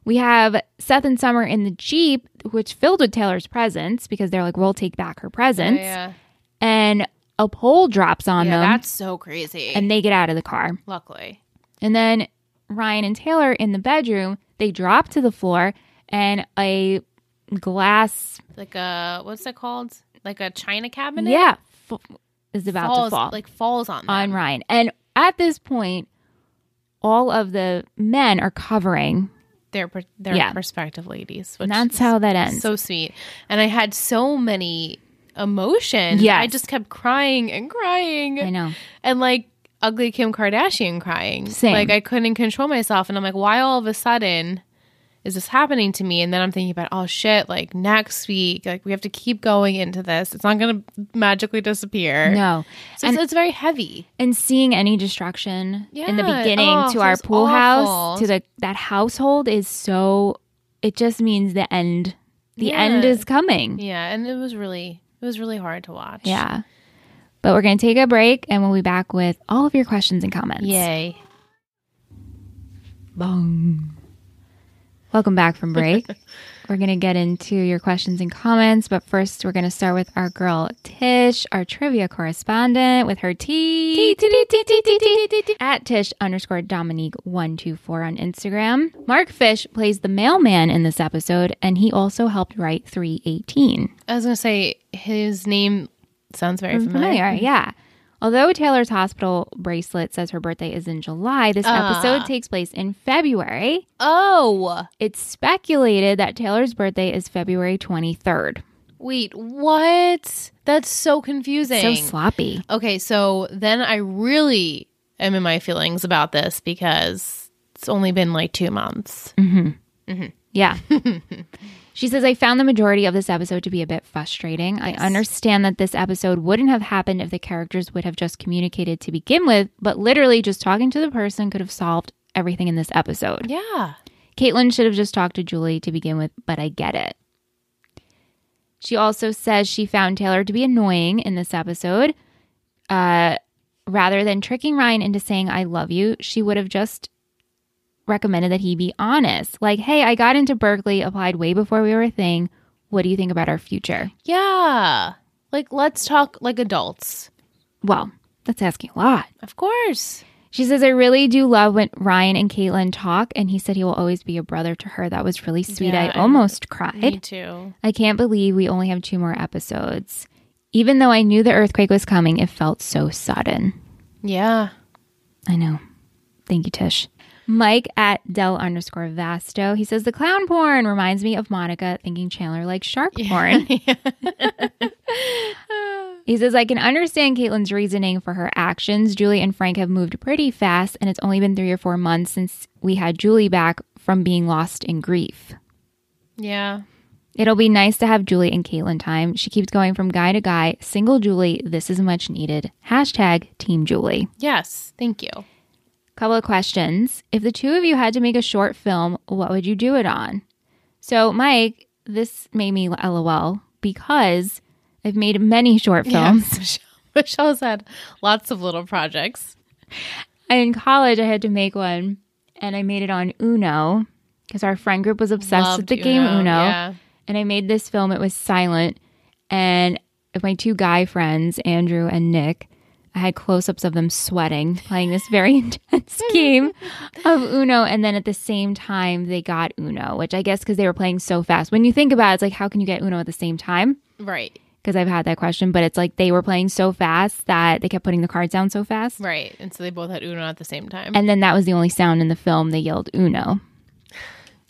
We have Seth and Summer in the Jeep, which filled with Taylor's presents because they're like, we'll take back her presents. Oh, Yeah. And a pole drops on Yeah, them that's so crazy. and they get out of the car. Luckily. And then Ryan and Taylor in the bedroom, they drop to the floor and a glass, Like a, what's that called? Like a china cabinet? yeah, f- is about falls, to fall. like falls on them. on Ryan. And at this point, all of the men are covering. their per- their Yeah. perspective ladies which And that's is how that ends. so sweet and i had so many emotions Yes. i just kept crying and crying I know. and like ugly kim kardashian crying Same. like i couldn't control myself and i'm like why all of a sudden is this happening to me and then i'm thinking about oh shit like next week like we have to keep going into this it's not gonna magically disappear No. so it's, it's very heavy And seeing any destruction in the Yeah. beginning Oh, to our sounds pool awful. house, to the that household is so it just means the end the Yeah. end is coming. Yeah, and it was really it was really hard to watch. Yeah. But we're going to take a break and we'll be back with all of your questions and comments. Yay. Bong. Welcome back from break. we're going to get into your questions and comments, but first we're going to start with our girl Tish, our trivia correspondent with her T at Tish underscore Dominique one two four on Instagram. Mark Fish plays the mailman in this episode, and he also helped write three eighteen. I was gonna say his name sounds Mm-hmm. very familiar. familiar. Yeah. Although Taylor's hospital bracelet says her birthday is in July, this episode takes place in February. Oh It's speculated that Taylor's birthday is February 23rd. wait, what? That's so confusing. So sloppy. okay, so then I really am in my feelings about this because it's only been like two months. Yeah. she says, I found the majority of this episode to be a bit frustrating. I understand that this episode wouldn't have happened if the characters would have just communicated to begin with, but literally just talking to the person could have solved everything in this episode. Yeah. Caitlin should have just talked to Julie to begin with, but I get it. She also says she found Taylor to be annoying in this episode. Uh, rather than tricking Ryan into saying, I love you, she would have just recommended that he be honest. Like, hey, I got into Berkeley, applied way before we were a thing. What do you think about our future? Yeah. Like let's talk like adults. Well, that's asking a lot. Of course. She says, I really do love when Ryan and Caitlin talk, and he said he will always be a brother to her. That was really sweet. Yeah, I and almost cried. Me too. I can't believe we only have two more episodes. Even though I knew the earthquake was coming, it felt so sudden. Yeah. I know. Thank you, Tish. Mike at Del underscore Vasto. He says the clown porn reminds me of Monica thinking Chandler likes shark porn. he says I can understand Caitlin's reasoning for her actions. Julie and Frank have moved pretty fast, and it's only been three or four months since we had Julie back from being lost in grief. Yeah. It'll be nice to have Julie and Caitlin time. She keeps going from guy to guy. Single Julie, this is much needed. Hashtag Team Julie. Yes. Thank you. Couple of questions. If the two of you had to make a short film, what would you do it on? So, Mike, this made me lol because I've made many short films. Yes. Michelle's had lots of little projects. And in college, I had to make one and I made it on Uno because our friend group was obsessed with Loved the game Uno. Yeah. and I made this film. It was silent, and with my two guy friends, Andrew and Nick, I had close-ups of them sweating playing this very intense game of Uno. And then at the same time, they got Uno, which I guess because they were playing so fast. When you think about it, it's like how can you get Uno at the same time? Right. Because I've had that question, but it's like they were playing so fast that they kept putting the cards down so fast. Right. And so they both had Uno at the same time. And then that was the only sound in the film. They yelled Uno.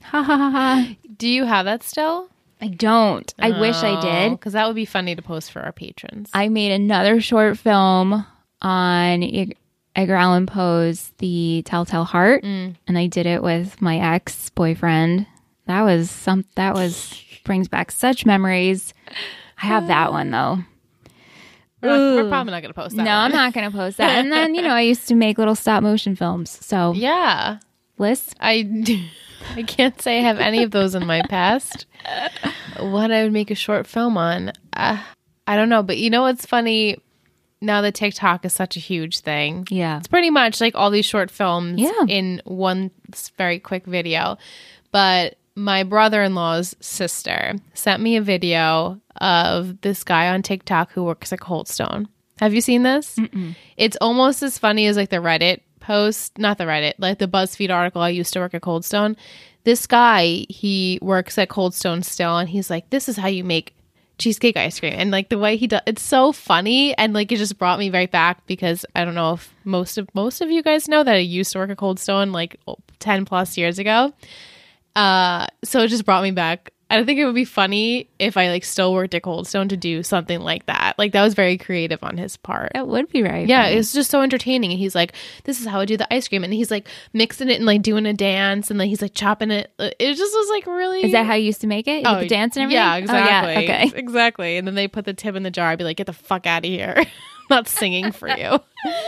Ha ha ha ha. Do you have that still? I don't. I wish I did. Because that would be funny to post for our patrons. I made another short film on Ed- Edgar Allan Poe's The Telltale Heart, Mm. and I did it with my ex boyfriend. That was some. That was brings back such memories. I have that one though. We're, not- we're probably not going to post that. No, I'm one. not going to post that. And then you know, I used to make little stop motion films. So Yeah. list. I, I can't say I have any of those in my past. What I would make a short film on, uh, I don't know. But you know what's funny? Now that TikTok is such a huge thing, Yeah. it's pretty much like all these short films Yeah. in one s- very quick video. But my brother in law's sister sent me a video of this guy on TikTok who works at Coldstone. Have you seen this? It's almost as funny as like the Reddit post, not the Reddit, like the BuzzFeed article. I used to work at Coldstone. This guy, he works at Coldstone still, and he's like, "This is how you make cheesecake ice cream and like the way he does it's so funny and like it just brought me right back because i don't know if most of most of you guys know that i used to work at cold stone like 10 plus years ago uh so it just brought me back i think it would be funny if i like still worked at cold stone to do something like that like that was very creative on his part That would be right. yeah, it's just so entertaining. And he's like, "This is how I do the ice cream," and he's like mixing it and like doing a dance, and then he's like chopping it. Uh, It just was like really. Is that how you used to make it? You oh, the dance and everything. Yeah, Oh, exactly. Okay. Exactly. And then they put the tip in the jar. I'd be like, get the fuck out of here. I'm not singing for you.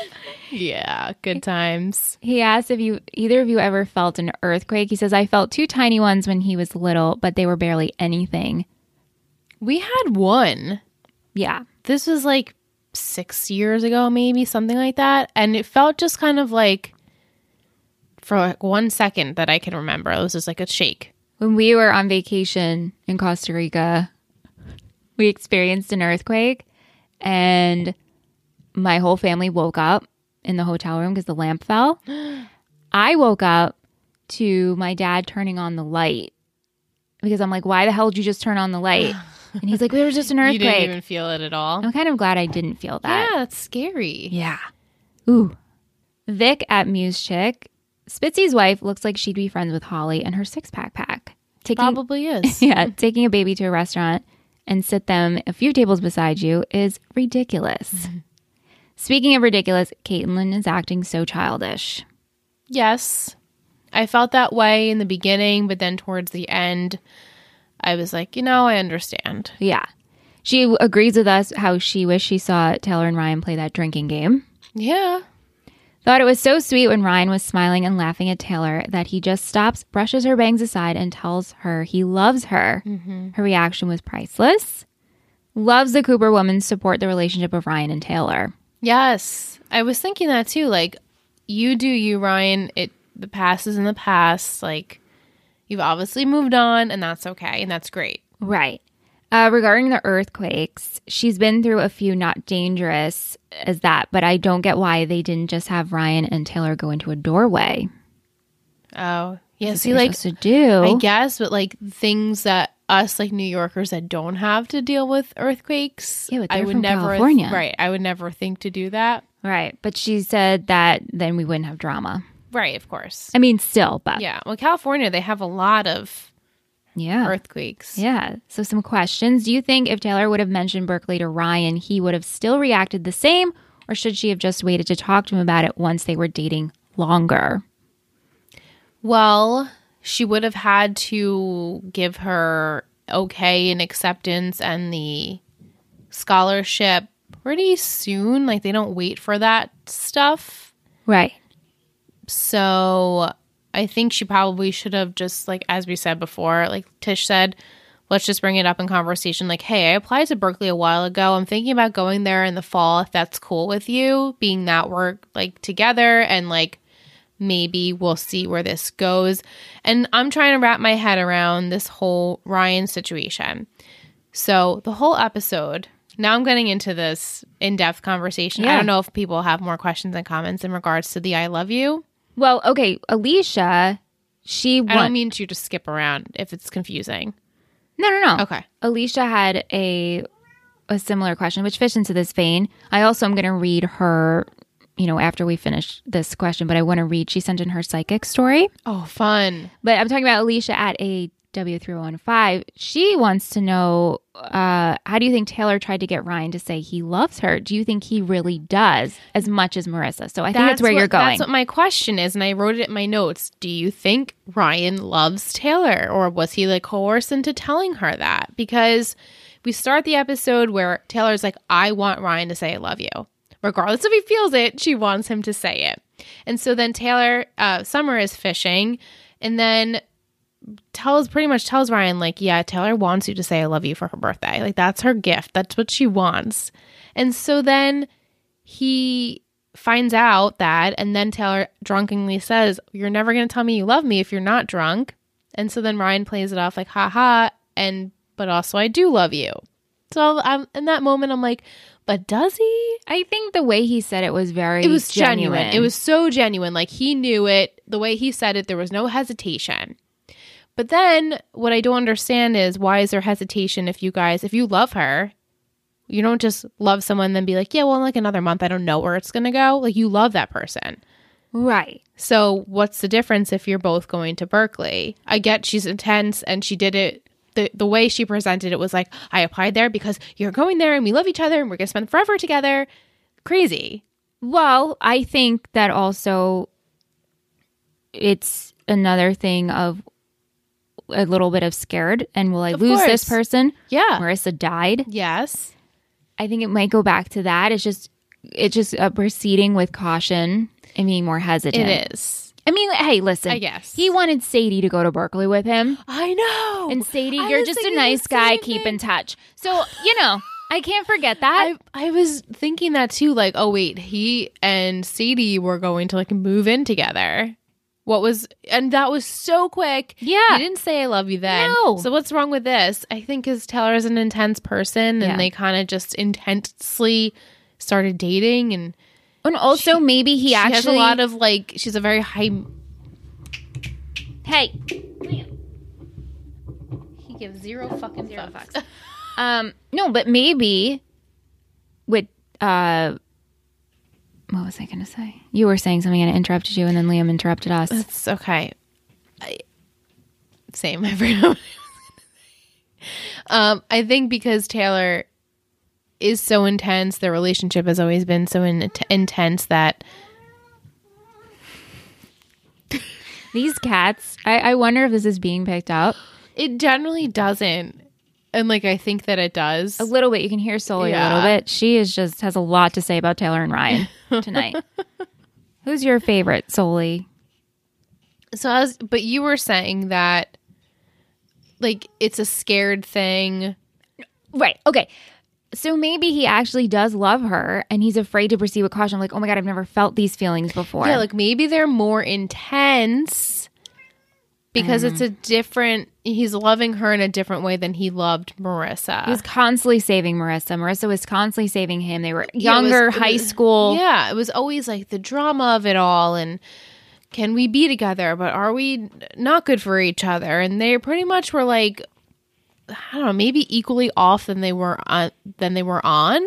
Yeah, good times. He asked if you either of you ever felt an earthquake. He says I felt two tiny ones when he was little, but they were barely anything. We had one. Yeah. This was like six years ago, maybe something like that. And it felt just kind of like for like one second that I can remember, it was just like a shake. When we were on vacation in Costa Rica, we experienced an earthquake and my whole family woke up in the hotel room because the lamp fell. I woke up to my dad turning on the light because I'm like, why the hell did you just turn on the light? And he's like, there was just an You didn't earthquake. even feel it at all. I'm kind of glad I didn't feel that. Yeah, that's scary. Yeah. Ooh. Vic at Muse Chick. Spitzy's wife looks like she'd be friends with Holly and her six pack pack. Taking, Probably is. yeah, taking a baby to a restaurant and sit them a few tables beside you is ridiculous. Speaking of ridiculous, Caitlin is acting so childish. Yes. I felt that way in the beginning, but then towards the end, I was like, you know, I understand. Yeah. She w- agrees with us how she wished she saw Taylor and Ryan play that drinking game. Yeah. Thought it was so sweet when Ryan was smiling and laughing at Taylor that he just stops, brushes her bangs aside, and tells her he loves her. Mm-hmm. Her reaction was priceless. Loves the Cooper woman support the relationship of Ryan and Taylor. Yes. I was thinking that too. Like, you do you, Ryan. It the past is in the past. Like, you've obviously moved on and that's okay and that's great. Right. Uh, regarding the earthquakes, she's been through a few not dangerous as that, but I don't get why they didn't just have Ryan and Taylor go into a doorway. Oh. Yeah. They're See, like supposed to do. I guess, but like things that us like New Yorkers that don't have to deal with earthquakes. Yeah, but I they're would from never California. right. I would never think to do that. right. But she said that then we wouldn't have drama. Right, of course. I mean, still, but Yeah. Well, California, they have a lot of yeah. earthquakes. Yeah. So, some questions. Do you think if Taylor would have mentioned Berkeley to Ryan, he would have still reacted the same, or should she have just waited to talk to him about it once they were dating longer? Well, she would have had to give her okay and acceptance and the scholarship pretty soon. Like, they don't wait for that stuff. Right. So I think she probably should have just, like, as we said before, like Tish said, let's just bring it up in conversation. Like, hey, I applied to Berkeley a while ago. I'm thinking about going there in the fall if that's cool with you, being that we're like together and like maybe we'll see where this goes. And I'm trying to wrap my head around this whole Ryan situation. So the whole episode. Now I'm getting into this in-depth conversation. I Yeah. don't know if people have more questions and comments in regards to the I love you. Well, okay. Alicia, she I won. don't mean to just skip around if it's confusing. no, no, no. Okay. Alicia had a a similar question, which fits into this vein. I also am going to read her, you know, after we finish this question, but I want to read. She sent in her psychic story. Oh, fun. But I'm talking about Alicia at a W315. She wants to know uh, how do you think Taylor tried to get Ryan to say he loves her? Do you think he really does as much as Marissa? So I think that's where what, you're going. That's what my question is, and I wrote it in my notes. Do you think Ryan loves Taylor, or was he like coerced into telling her that? Because we start the episode where Taylor's like, "I want Ryan to say I love you." Regardless if he feels it, she wants him to say it. And so then Taylor, uh, Summer is fishing, and then tells pretty much tells Ryan like, yeah, Taylor wants you to say I love you for her birthday. Like that's her gift. That's what she wants. And so then he finds out that and then Taylor drunkenly says, "You're never going to tell me you love me if you're not drunk." And so then Ryan plays it off like, "Haha," and but also I do love you. So I'm in that moment I'm like, "But does he?" I think the way he said it was very It was genuine. It was so genuine. Like he knew it. The way he said it, there was no hesitation. But then what I don't understand is why is there hesitation if you guys, if you love her, you don't just love someone and then be like, yeah, well, in like another month, I don't know where it's going to go. Like you love that person. right. So what's the difference if you're both going to Berkeley? I get she's intense and she did it. The, the way she presented it was like, I applied there because you're going there and we love each other and we're going to spend forever together. Crazy. Well, I think that also it's another thing of a little bit of scared and will I Of lose course. this person? Yeah. Marissa died. Yes. I think it might go back to that. It's just it's just uh, proceeding with caution and being more hesitant. It is. I mean, hey, listen. I guess. he wanted Sadie to go to Berkeley with him, I know. and Sadie, I you're was just a thinking nice the guy. same Keep thing. in touch. So you know, I can't forget that. I, I was thinking that too. Like, oh wait, he and Sadie were going to like move in together. What was and that was so quick. Yeah. he didn't say I love you then. No. So what's wrong with this? I think his Taylor is an intense person, and Yeah. they kind of just intensely started dating. And and also, maybe he she actually has a lot of like, she's a very high. hey. He gives zero fucking fucks. Um, no, but maybe with uh, what was I going to say? You were saying something, and I interrupted you, and then Liam interrupted us. It's okay. I, same. I forgot what I was gonna say. um, I think because Taylor is so intense, their relationship has always been so in- intense that These cats. I, I wonder if this is being picked up it generally doesn't. And like, I think that it does. a little bit. You can hear Sully a little Yeah. bit. She is just has a lot to say about Taylor and Ryan tonight. Who's your favorite, Sully? So I was, but you were saying that like it's a scared thing. Right. Okay. So maybe he actually does love her, and he's afraid to proceed with caution. Like, oh my god, I've never felt these feelings before. Yeah, like maybe they're more intense because it's a different. He's loving her in a different way than he loved Marissa. He was constantly saving Marissa. Marissa was constantly saving him. They were Yeah, it was- younger, it high was- school. Yeah, it was always like the drama of it all and can we be together, but are we not good for each other? And they pretty much were like I don't know, maybe equally off than they were on than they were on.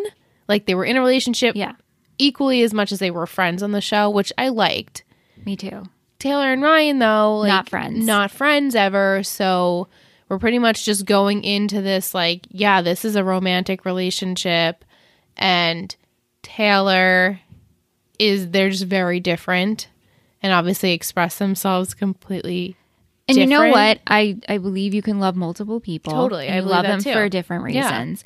Like they were in a relationship Yeah. equally as much as they were friends on the show, which I liked. Me too. Taylor and Ryan though, like, Not friends. not friends ever. So we're pretty much just going into this like, yeah, this is a romantic relationship, and Taylor is they're just very different, and obviously express themselves completely. And you know different. what? I, I believe you can love multiple people. Totally. And I you believe love that them too. for different Yeah. reasons.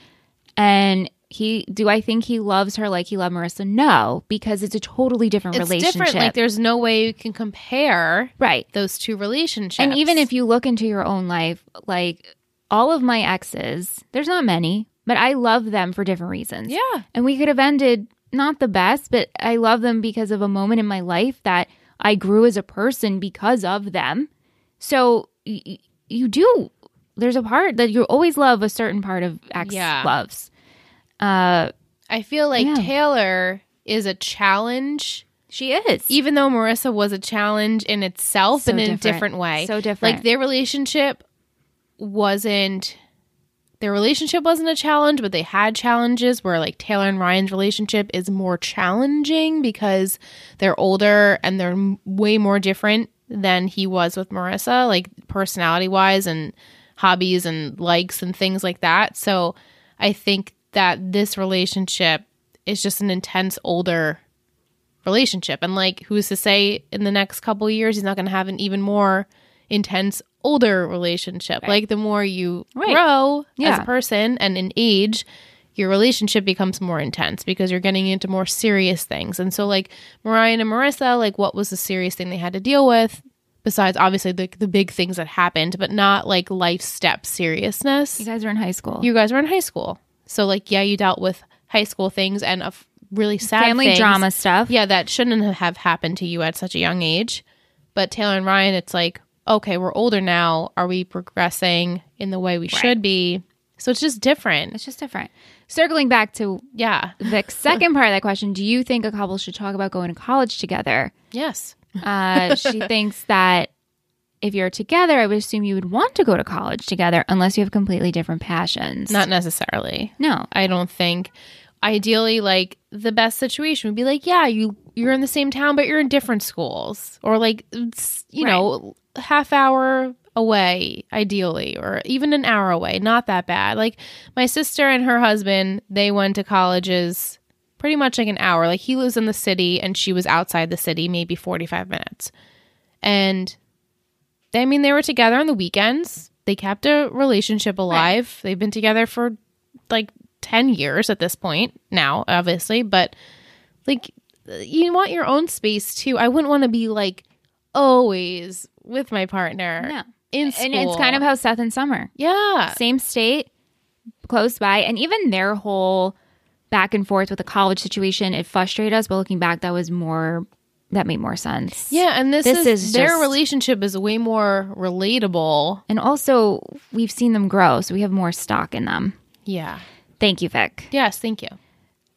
And he do I think he loves her like he loved Marissa? No, because it's a totally different It's relationship. different. Like there's no way you can compare right. those two relationships. And even if you look into your own life, like all of my exes, there's not many, but I love them for different reasons. Yeah. And we could have ended not the best, but I love them because of a moment in my life that I grew as a person because of them. So y- y- you do, there's a part that you always love a certain part of ex Yeah. loves. Uh, I feel like Yeah. Taylor is a challenge she is. even though Marissa was a challenge in itself So and in a different. different way. So different. Like their relationship wasn't their relationship wasn't a challenge, but they had challenges where like Taylor and Ryan's relationship is more challenging because they're older and they're m- way more different than he was with Marissa, like personality wise and hobbies and likes and things like that. So I think that this relationship is just an intense older relationship. And like, who's to say in the next couple years he's not going to have an even more intense older relationship? Like, the more you Right. grow as Yeah. a person and in age, your relationship becomes more intense because you're getting into more serious things. And so, like Mariah and Marissa, like, what was the serious thing they had to deal with? Besides, obviously, the, the big things that happened, but not like life step seriousness you guys were in high school. you guys were in high school. So like yeah, you dealt with high school things and of really sad Family things. drama stuff. Yeah, that shouldn't have happened to you at such a young age. But Taylor and Ryan, it's like, okay, we're older now. Are we progressing in the way we should be? So it's just different. It's just different. Circling back to Yeah. the second part of that question do you think a couple should talk about going to college together Yes. uh, she thinks that if you're together i would assume you would want to go to college together unless you have completely different passions Not necessarily. no I don't think ideally like the best situation would be like yeah you you're in the same town but you're in different schools or like it's, you know half hour away ideally or even an hour away not that bad like my sister and her husband they went to colleges pretty much like an hour like he lives in the city and she was outside the city maybe 45 minutes and I mean they were together on the weekends they kept a relationship alive they've been together for like 10 years at this point now obviously but Like you want your own space too. I wouldn't want to be like always with my partner. No. In school. And it's kind of how Seth and Summer, yeah. same state, close by, and even their whole back and forth with the college situation, it frustrated us. But looking back, that was more that made more sense. Yeah, and this, This is, is their just- relationship is way more relatable. And also, we've seen them grow, so we have more stock in them. Yeah. Thank you, Vic. Yes, thank you.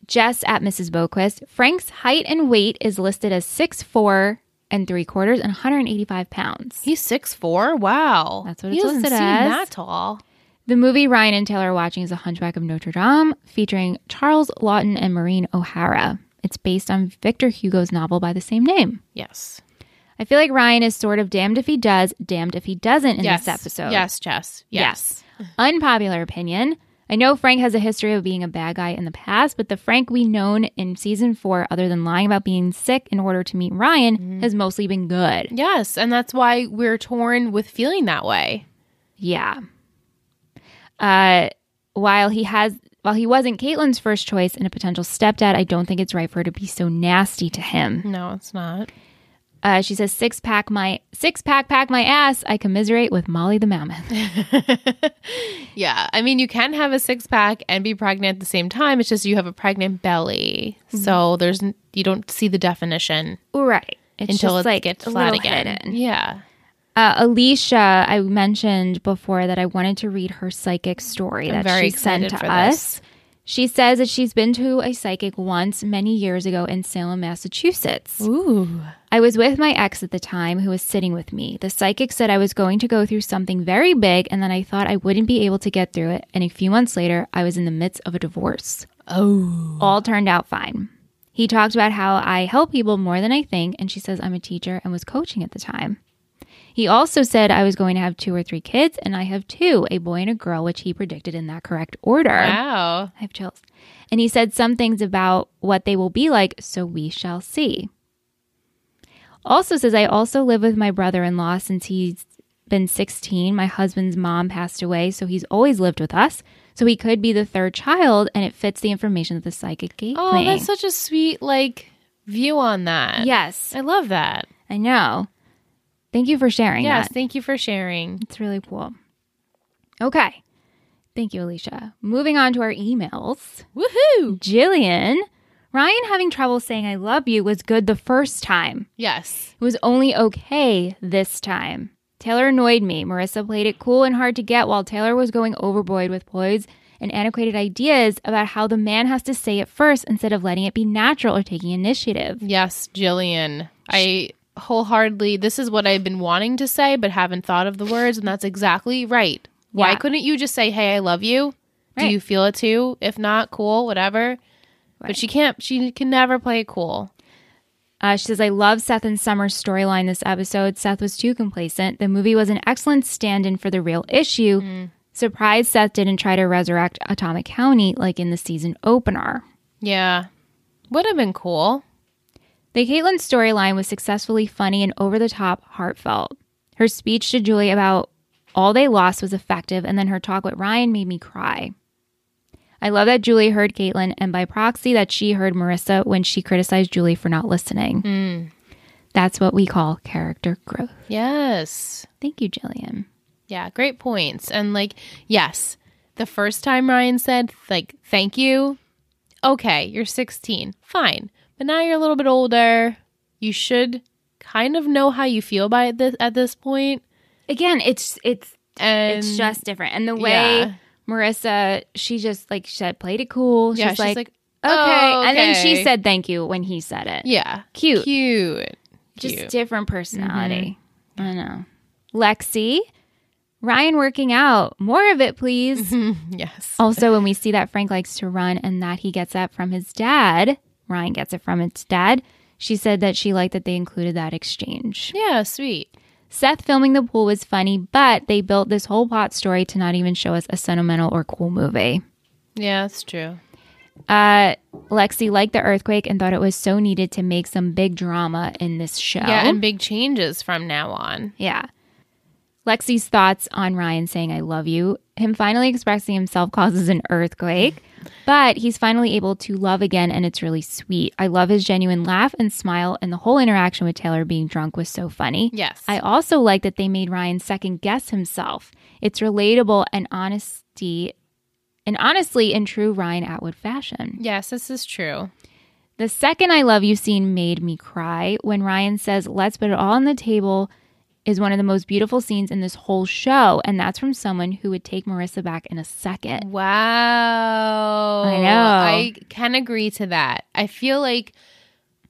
Jess at Mrs. Boquist. Frank's height and weight is listed as six four and three quarters and 185 pounds. He's six four. Wow, That's what he it's doesn't listed seem as. that tall. The movie Ryan and Taylor are watching is The Hunchback of Notre Dame, featuring Charles Lawton and Maureen O'Hara. It's based on Victor Hugo's novel by the same name. Yes. I feel like Ryan is sort of damned if he does, damned if he doesn't in yes. this episode. Yes, Jess. Yes. Unpopular opinion. I know Frank has a history of being a bad guy in the past, but the Frank we known in season four, other than lying about being sick in order to meet Ryan, Mm-hmm. has mostly been good. Yes. And that's why we're torn with feeling that way. Yeah. Uh, while he has, while he wasn't Caitlyn's first choice and a potential stepdad, I don't think it's right for her to be so nasty to him. No, it's not. Uh, she says, six pack my six pack pack my ass. I commiserate with Molly the Mammoth. Yeah. I mean, you can have a six pack and be pregnant at the same time. It's just you have a pregnant belly. Mm-hmm. So there's, n- you don't see the definition right. It's until just it like gets a flat little again. hidden. Yeah. Uh, Alicia, I mentioned before that I wanted to read her psychic story that very she sent excited to for us. this. She says that she's been to a psychic once many years ago in Salem, Massachusetts. Ooh. I was with my ex at the time who was sitting with me. The psychic said I was going to go through something very big and then I thought I wouldn't be able to get through it. And a few months later, I was in the midst of a divorce. Oh. All turned out fine. He talked about how I help people more than I think, and she says I'm a teacher and was coaching at the time. He also said I was going to have two or three kids, and I have two a boy and a girl, which he predicted in that correct order. Wow. I have chills. And he said some things about what they will be like, so we shall see. Also says I also live with my brother-in-law since he's been 16. My husband's mom passed away, so he's always lived with us. So he could be the third child, and it fits the information that the psychic gave Oh, me. that's such a sweet, like, view on that. yes, I love that. I know. Thank you for sharing Yes. that. Thank you for sharing. It's really cool. Okay. Thank you, Alicia. Moving on to our emails. Woohoo. Jillian, Ryan having trouble saying I love you was good the first time. Yes. It was only okay this time. Taylor annoyed me. Marissa played it cool and hard to get while Taylor was going overboard with ploys and antiquated ideas about how the man has to say it first instead of letting it be natural or taking initiative. Yes, Jillian. I wholeheartedly, this is what I've been wanting to say, but haven't thought of the words, and that's exactly right. Why Yeah. couldn't you just say, hey, I love you? Do Right. you feel it too? If not, cool, whatever. But she can't, she can never play it cool. Uh, she says, I love Seth and Summer's storyline this episode. Seth was too complacent. The movie was an excellent stand in for the real issue. Surprised Seth didn't try to resurrect Atomic County like in the season opener. Yeah. Would have been cool. The Caitlyn storyline was successfully funny and over the top heartfelt. Her speech to Julie about all they lost was effective, and then her talk with Ryan made me cry. I love that Julie heard Caitlyn, and by proxy, that she heard Marissa when she criticized Julie for not listening. Hmm. That's what we call character growth. Yes. Thank you, Jillian. Yeah, great points. And like, yes, the first time Ryan said, like, thank you. Okay, you're 16. Fine. But now you're a little bit older. You should kind of know how you feel by this at this point. Again, it's it's And it's just different, and the way yeah. Marissa, she just like she said, played it cool. yeah, she's, like, okay. "Oh, and then she okay." said thank you when he said it. yeah, Cute. Cute. just Cute. different personality. I know. Lexi, Ryan working out. More of it, please. Yes. also, when we see that Frank likes to run and that he gets that from his dad, Ryan gets it from his dad. She said that she liked that they included that exchange. Yeah, sweet. Seth filming the pool was funny, but they built this whole plot story to not even show us a sentimental or cool movie. Yeah, that's true. Uh, Lexi liked the earthquake and thought it was so needed to make some big drama in this show. Yeah, and big changes from now on. Yeah. Lexi's thoughts on Ryan saying, I love you, him finally expressing himself causes an earthquake, but he's finally able to love again, and it's really sweet. I love his genuine laugh and smile, and the whole interaction with Taylor being drunk was so funny. Yes. I also like that they made Ryan second guess himself. It's relatable and honesty, and honestly, in true Ryan Atwood fashion. yes, this is true. The second I Love You scene made me cry when Ryan says, Let's put it all on the table is one of the most beautiful scenes in this whole show. And that's from someone who would take Marissa back in a second. Wow. I know. I can agree to that. I feel like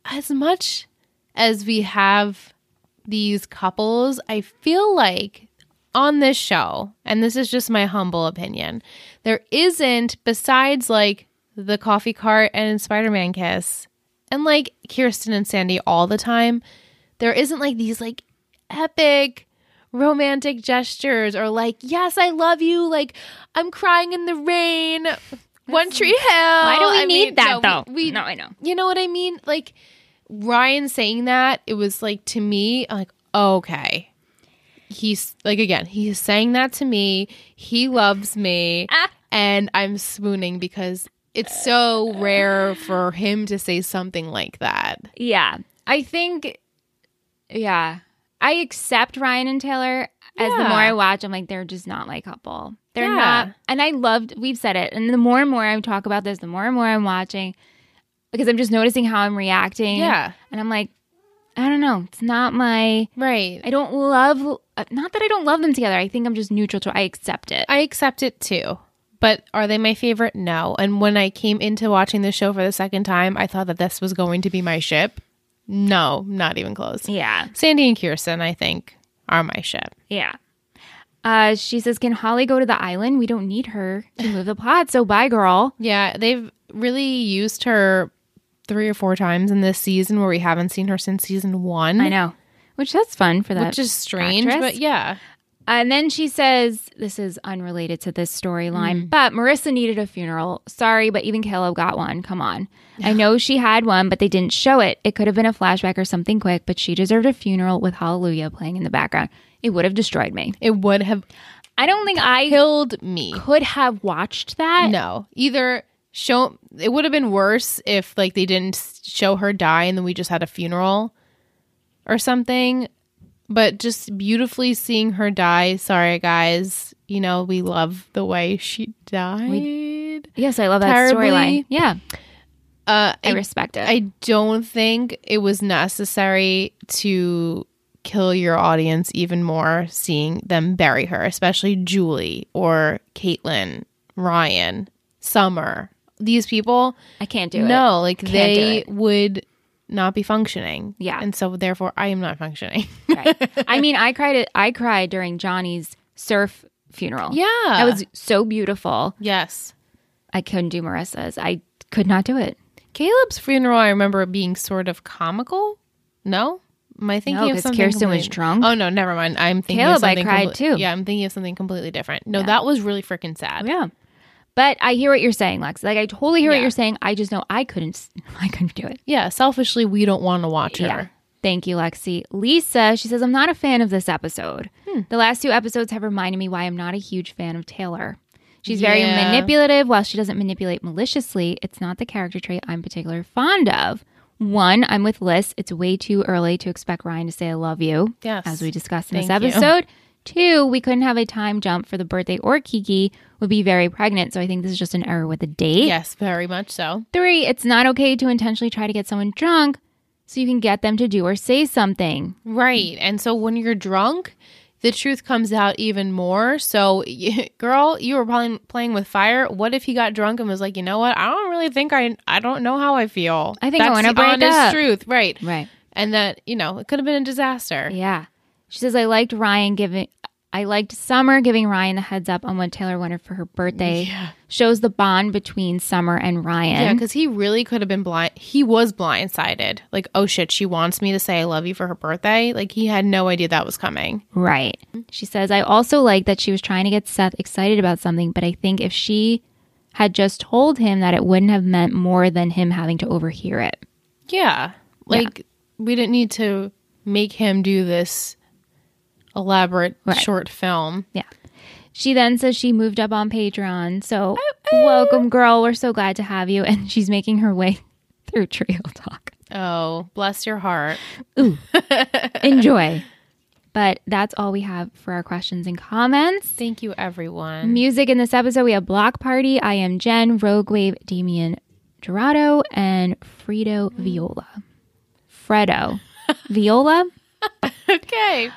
as much as we have these couples, I feel like on this show, and this is just my humble opinion, there isn't, besides like the coffee cart and Spider Man kiss, and like Kirsten and Sandy all the time, there isn't like these like epic romantic gestures or like, yes, I love you, like I'm crying in the rain, One Tree Hill. Why do we I need mean, that no, though? We, we- no, I know. you know what I mean? Like Ryan saying that, it was like to me, I'm like, okay. He's like again, he's saying that to me. He loves me. Ah. And I'm swooning because it's so rare for him to say something like that. Yeah. I think, yeah. I accept Ryan and Taylor as the Yeah. more I watch, I'm like, they're just not my couple. They're Yeah. not. And I loved, we've said it. And the more and more I talk about this, the more and more I'm watching because I'm just noticing how I'm reacting. Yeah. And I'm like, I don't know. It's not my. Right. I don't love. uh, Not that I don't love them together. I think I'm just neutral to. I accept it. I accept it too. But are they my favorite? No. And when I came into watching the show for the second time, I thought that this was going to be my ship. No, not even close. yeah. Sandy and Kirsten, I think, are my ship. Yeah. Uh, she says, "Can Holly go to the island? We don't need her to move the plot. So bye, girl." Yeah, they've really used her three or four times in this season where we haven't seen her since season one. I know. Which that's fun for that. Which is strange, actress. but yeah. And then she says, This is unrelated to this storyline, Mm. but Marissa needed a funeral. Sorry, but even Caleb got one. Come on. I know she had one, but they didn't show it. It could have been a flashback or something quick, but she deserved a funeral with Hallelujah playing in the background. It would have destroyed me. It would have I don't think I killed me. could have watched that. No. Either show it would have been worse if like they didn't s- show her die and then we just had a funeral or something. But just beautifully seeing her die. Sorry guys, you know, we love the way she died. Yes, I love that Terribly. storyline. Yeah, uh I, respect it. I don't think it was necessary to kill your audience even more seeing them bury her, especially Julie or Caitlin, Ryan, Summer. These people, I can't do it. no, like Can't they do would not be functioning. Yeah. And so therefore I am not functioning. Right. I mean, I cried. It, I cried during Johnny's surf funeral. Yeah. that was so beautiful. yes. I couldn't do Marissa's. I could not do it. Caleb's funeral I remember being sort of comical. No? Am I thinking No, of 'cause something? Kirsten was completely- drunk. Oh no, never mind. I'm thinking of Caleb, I something cried, comple- too. Yeah, I'm thinking of something completely different. No, that was really freaking sad. Yeah. But I hear what you're saying, Lex. Like I totally hear what Yeah. you're saying. I just know I couldn't s- I couldn't do it. Yeah, selfishly we don't want to watch her. Yeah. Thank you, Lexi. Lisa, she says, I'm not a fan of this episode. Hmm. The last two episodes have reminded me why I'm not a huge fan of Taylor. She's very Yeah. manipulative. While she doesn't manipulate maliciously, it's not the character trait I'm particularly fond of. One, I'm with Liz. It's way too early to expect Ryan to say, I love you, Yes. as we discussed in Thank you. this episode. Two, we couldn't have a time jump for the birthday or Kiki would be very pregnant. So I think this is just an error with the date. Yes, very much so. Three, it's not okay to intentionally try to get someone drunk so you can get them to do or say something. Right. And so when you're drunk, the truth comes out even more. So, girl, you were playing playing with fire. What if he got drunk and was like, "You know what? I don't really think I I don't know how I feel. I think I That's wanna the break honest up." truth." Right. Right. And that, you know, it could have been a disaster. Yeah. She says, I liked Ryan giving, I liked Summer giving Ryan the heads up on what Taylor wanted for her birthday. Shows the bond between Summer and Yeah, Ryan. because he really could have been blind. He was blindsided. Like, oh shit, she wants me to say I love you for her birthday. Like, he had no idea that was coming. right. She says, I also like that she was trying to get Seth excited about something, but I think if she had just told him that it wouldn't have meant more than him having to overhear it. Yeah. Like, we didn't need to make him do this elaborate Right. short film. Yeah. She then says she moved up on Patreon. So, welcome, girl. We're so glad to have you. And she's making her way through Trail Talk. Oh, bless your heart. Enjoy. but that's all we have for our questions and comments. Thank you, everyone. Music in this episode, we have Block Party, I Am Jen, Rogue Wave, Damien Dorado, and Fredo Viola. Fredo Viola, Okay.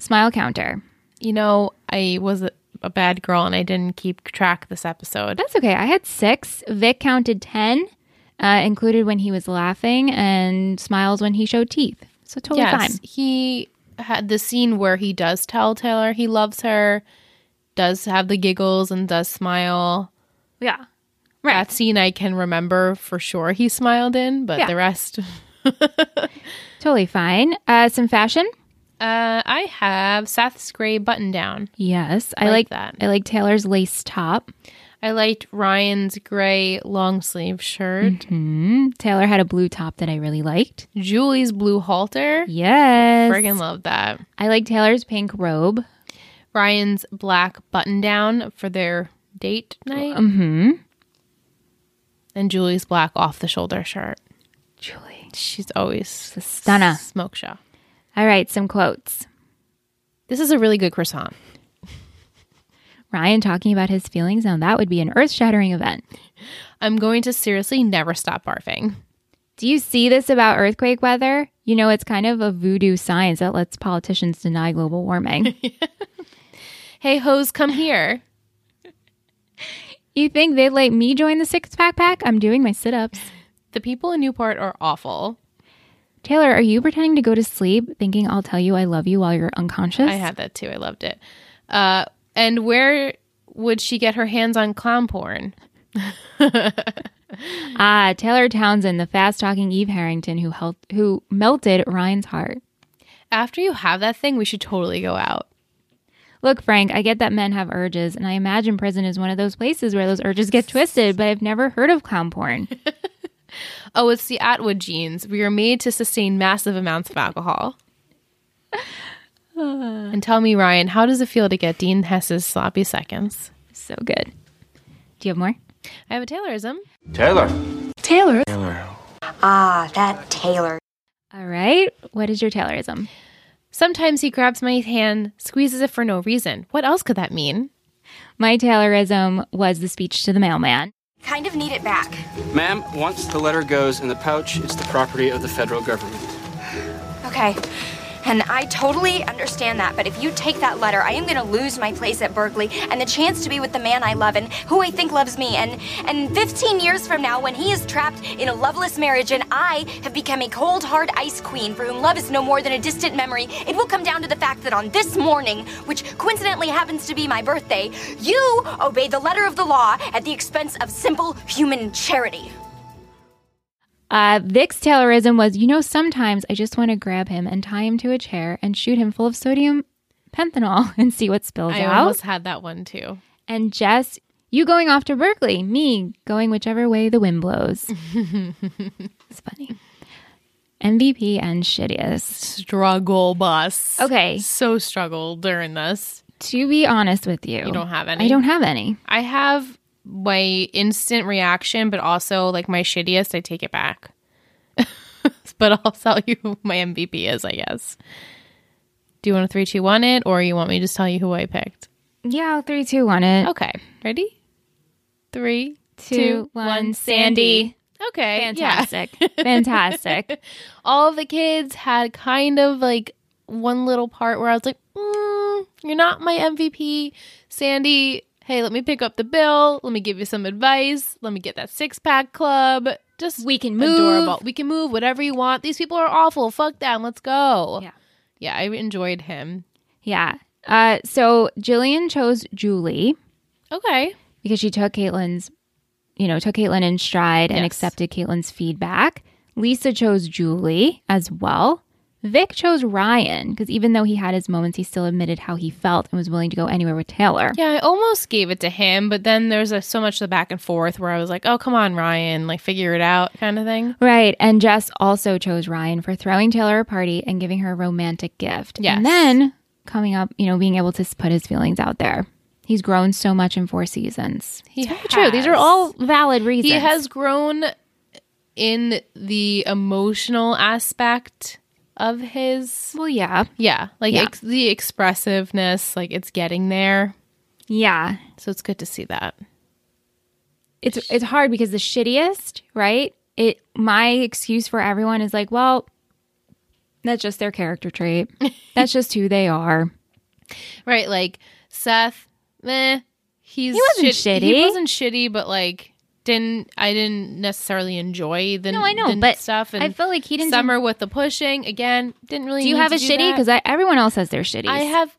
Smile Counter. You know, I was a, a bad girl and I didn't keep track this episode. That's okay. I had six. Vic counted 10, uh, included when he was laughing and smiles when he showed teeth. So totally fine. he had the scene where he does tell Taylor he loves her, does have the giggles and does smile. Yeah. That scene I can remember for sure he smiled in, but Yeah. the rest. Totally fine. Uh, some fashion. Uh, I have Seth's gray button down. Yes. I Like like that. I like Taylor's lace top. I liked Ryan's gray long sleeve shirt, Mm-hmm. Hmm. Taylor had a blue top that I really liked. Julie's blue halter. Yes. Friggin' love that. I like Taylor's pink robe. Ryan's black button down for their date night. Mm-hmm. And Julie's black off the shoulder shirt. Julie. She's always The stunner. smoke show. All right, some quotes. This is a really good croissant. Ryan talking about his feelings. Now that would be an earth shattering event. I'm going to seriously never stop barfing. Do you see this about earthquake weather? You know, it's kind of a voodoo science that lets politicians deny global warming. Hey, hoes, come here. you think they'd let me join the six pack pack? I'm doing my sit ups. The people in Newport are awful. Taylor, are you pretending to go to sleep thinking I'll tell you I love you while you're unconscious? I had that too. I loved it. Uh, and where would she get her hands on clown porn? Ah, Taylor Townsend, the fast talking Eve Harrington who helped, who melted Ryan's heart. After you have that thing, we should totally go out. Look, Frank, I get that men have urges, and I imagine prison is one of those places where those urges get twisted, but I've never heard of clown porn. Oh, it's the Atwood genes. We are made to sustain massive amounts of alcohol. and tell me, Ryan, how does it feel to get Dean Hess's sloppy seconds? so good. Do you have more? I have a Taylorism. Taylor. Ah, that Taylor. All right. What is your Taylorism? Sometimes he grabs my hand, squeezes it for no reason. What else could that mean? My Taylorism was the speech to the mailman. Kind of need it back. Ma'am, once the letter goes in the pouch, it's the property of the federal government. Okay. And I totally understand that, but if you take that letter, I am going to lose my place at Berkeley and the chance to be with the man I love and who I think loves me. And and 15 years from now, when he is trapped in a loveless marriage and I have become a cold, hard ice queen for whom love is no more than a distant memory, it will come down to the fact that on this morning, which coincidentally happens to be my birthday, you obey the letter of the law at the expense of simple human charity. Uh, Vic's Taylorism was, you know, sometimes I just want to grab him and tie him to a chair and shoot him full of sodium pentanol and see what spills I out. almost had that one too. and Jess, you going off to Berkeley, me going whichever way the wind blows. it's funny. MVP and shittiest. Struggle bus. Okay, So struggled during this. to be honest with you, You don't have any. I don't have any. I have my instant reaction, but also like my shittiest, I take it back. but I'll tell you who my MVP is, I guess. Do you want a three, two, one it, or you want me to just tell you who I picked? Yeah, three, two, one, it. Okay. Ready? Three, Oh, Two, one, Sandy. Okay. yeah. Fantastic, fantastic. all the kids had kind of like one little part where I was like, mm, "You're not my MVP, Sandy. Hey, let me pick up the bill. Let me give you some advice. Let me get that six pack club. Just We can move. Adorable. We can move. Whatever you want. These people are awful. Fuck them. Let's go. Yeah. yeah. I enjoyed him. Yeah. Uh, so Jillian chose Julie Okay. because she took Caitlin's, you know, took Caitlin in stride and Yes. accepted Caitlin's feedback. Lisa chose Julie as well. Vic chose Ryan because even though he had his moments, he still admitted how he felt and was willing to go anywhere with Taylor. Yeah, I almost gave it to him, but then there's a, so much of the back and forth where I was like, "Oh, come on, Ryan. Like, figure it out," kind of thing. Right. And Jess also chose Ryan for throwing Taylor a party and giving her a romantic gift. Yes. And then coming up, you know, being able to s- put his feelings out there. He's grown so much in four seasons. He True. These are has. all valid reasons. He has grown in the emotional aspect of his. Well, yeah. Yeah, like Yeah. Ex- the expressiveness, like it's getting there. Yeah. So it's good to see that. It's it's hard because the shittiest, right? It my excuse for everyone is like, well, that's just their character trait. That's just who they are. Right, like Seth, meh, he's He wasn't He shitty. wasn't shitty, but like didn't I didn't necessarily enjoy the No, I know, the but stuff. And I feel like he didn't do- summer with the pushing again. Didn't really. Do you need have to a shitty? that. Because everyone else has their shitties. I have.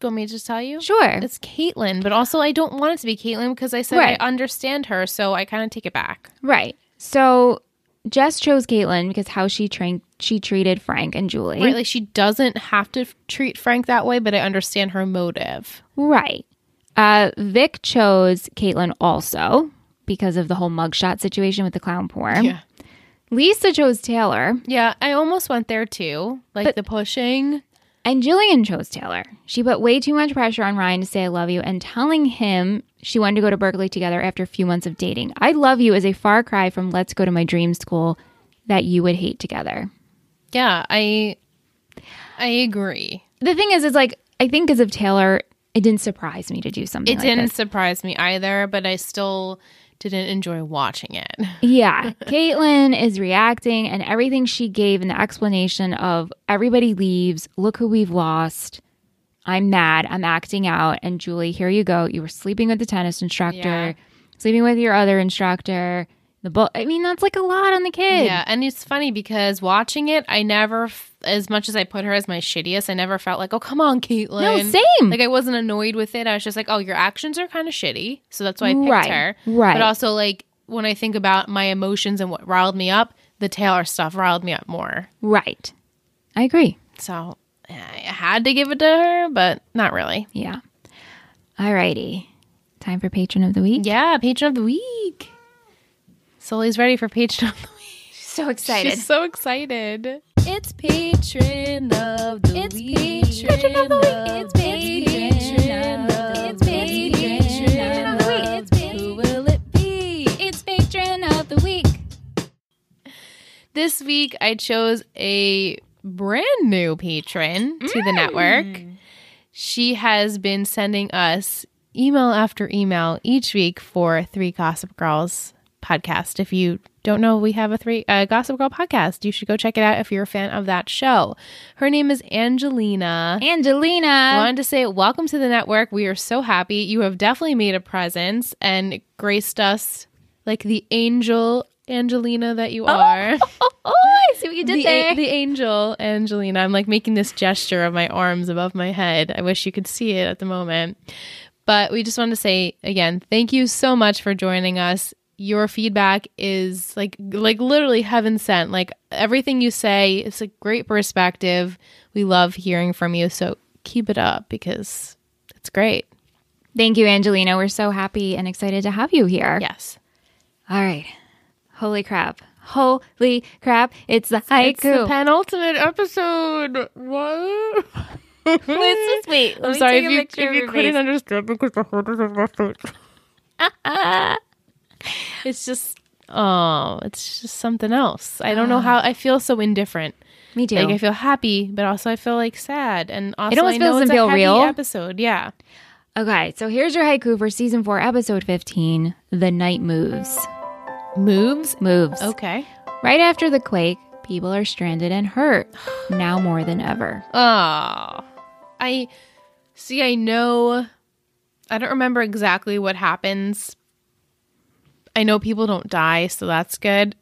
Do you want me to just tell you? Sure. It's Caitlyn, but also I don't want it to be Caitlyn because I said Right. I understand her, so I kind of take it back. Right. So Jess chose Caitlyn because how she trained she treated Frank and Julie. Right, like she doesn't have to f- treat Frank that way, but I understand her motive. Right. Uh, Vic chose Caitlyn also because of the whole mugshot situation with the clown porn. Yeah. Lisa chose Taylor Yeah, I almost went there too, like the pushing. and Jillian chose Taylor. She put way too much pressure on Ryan to say I love you and telling him she wanted to go to Berkeley together after a few months of dating. I love you is a far cry from let's go to my dream school that you would hate together. Yeah, I, I agree. The thing is, is like I think as of Taylor, it didn't surprise me to do something. It like didn't this. surprise me either, but I still didn't enjoy watching it. Yeah. Caitlyn is reacting, and everything she gave in the explanation of everybody leaves, look who we've lost. I'm mad. I'm acting out. And Julie, here you go. You were sleeping with the tennis instructor, Yeah. sleeping with your other instructor. The bull. I mean, that's like a lot on the kid. Yeah, and it's funny because watching it, I never, f- as much as I put her as my shittiest, I never felt like, oh, come on, Caitlyn. No, same. Like I wasn't annoyed with it. I was just like, oh, your actions are kind of shitty, so that's why I picked Right, her. right. But also, like when I think about my emotions and what riled me up, the Taylor stuff riled me up more. Right. I agree. So I had to give it to her, but not really. Yeah. All righty. Time for patron of the week. Yeah, patron of the week. Sully's ready for patron of the week. So excited. She's so excited. It's patron of the it's week. Patron of the week. It's patron of the week. It's patron of the week. Who will it be? It's patron of the week. This week, I chose a brand new patron to the network. She has been sending us email after email each week for Three Gossip Girls podcast. If you don't know, we have a three uh, Gossip Girl podcast. You should go check it out if you're a fan of that show. Her name is Angelina. I Angelina. wanted to say welcome to the network. We are so happy. You have definitely made a presence and graced us like the angel Angelina that you are. Oh, I see what you did the, there. a- the angel Angelina. I'm like making this gesture of my arms above my head. I wish you could see it at the moment. But we just wanted to say again, thank you so much for joining us. Your feedback is like like literally heaven sent. Like everything you say, it's a great perspective. We love hearing from you. So keep it up because it's great. Thank you, Angelina. We're so happy and excited to have you here. Yes. All right. Holy crap. Holy crap. It's the It's the haiku. penultimate episode. What? Let's just wait. Let I'm me sorry take if a you, picture if of you your couldn't face. understand because the heart is it's just Ah. oh, it's just something else. I don't know how I feel so indifferent. Me too. Like I feel happy, but also I feel like sad, and also almost I know doesn't it's a feel heavy real. episode. Yeah, okay, so here's your haiku for season four, episode 15 The Night Moves. moves. Moves. Okay. Right after the quake, people are stranded and hurt, now more than ever. Oh, I see. I know. I don't remember exactly what happens. I know people don't die, so that's good.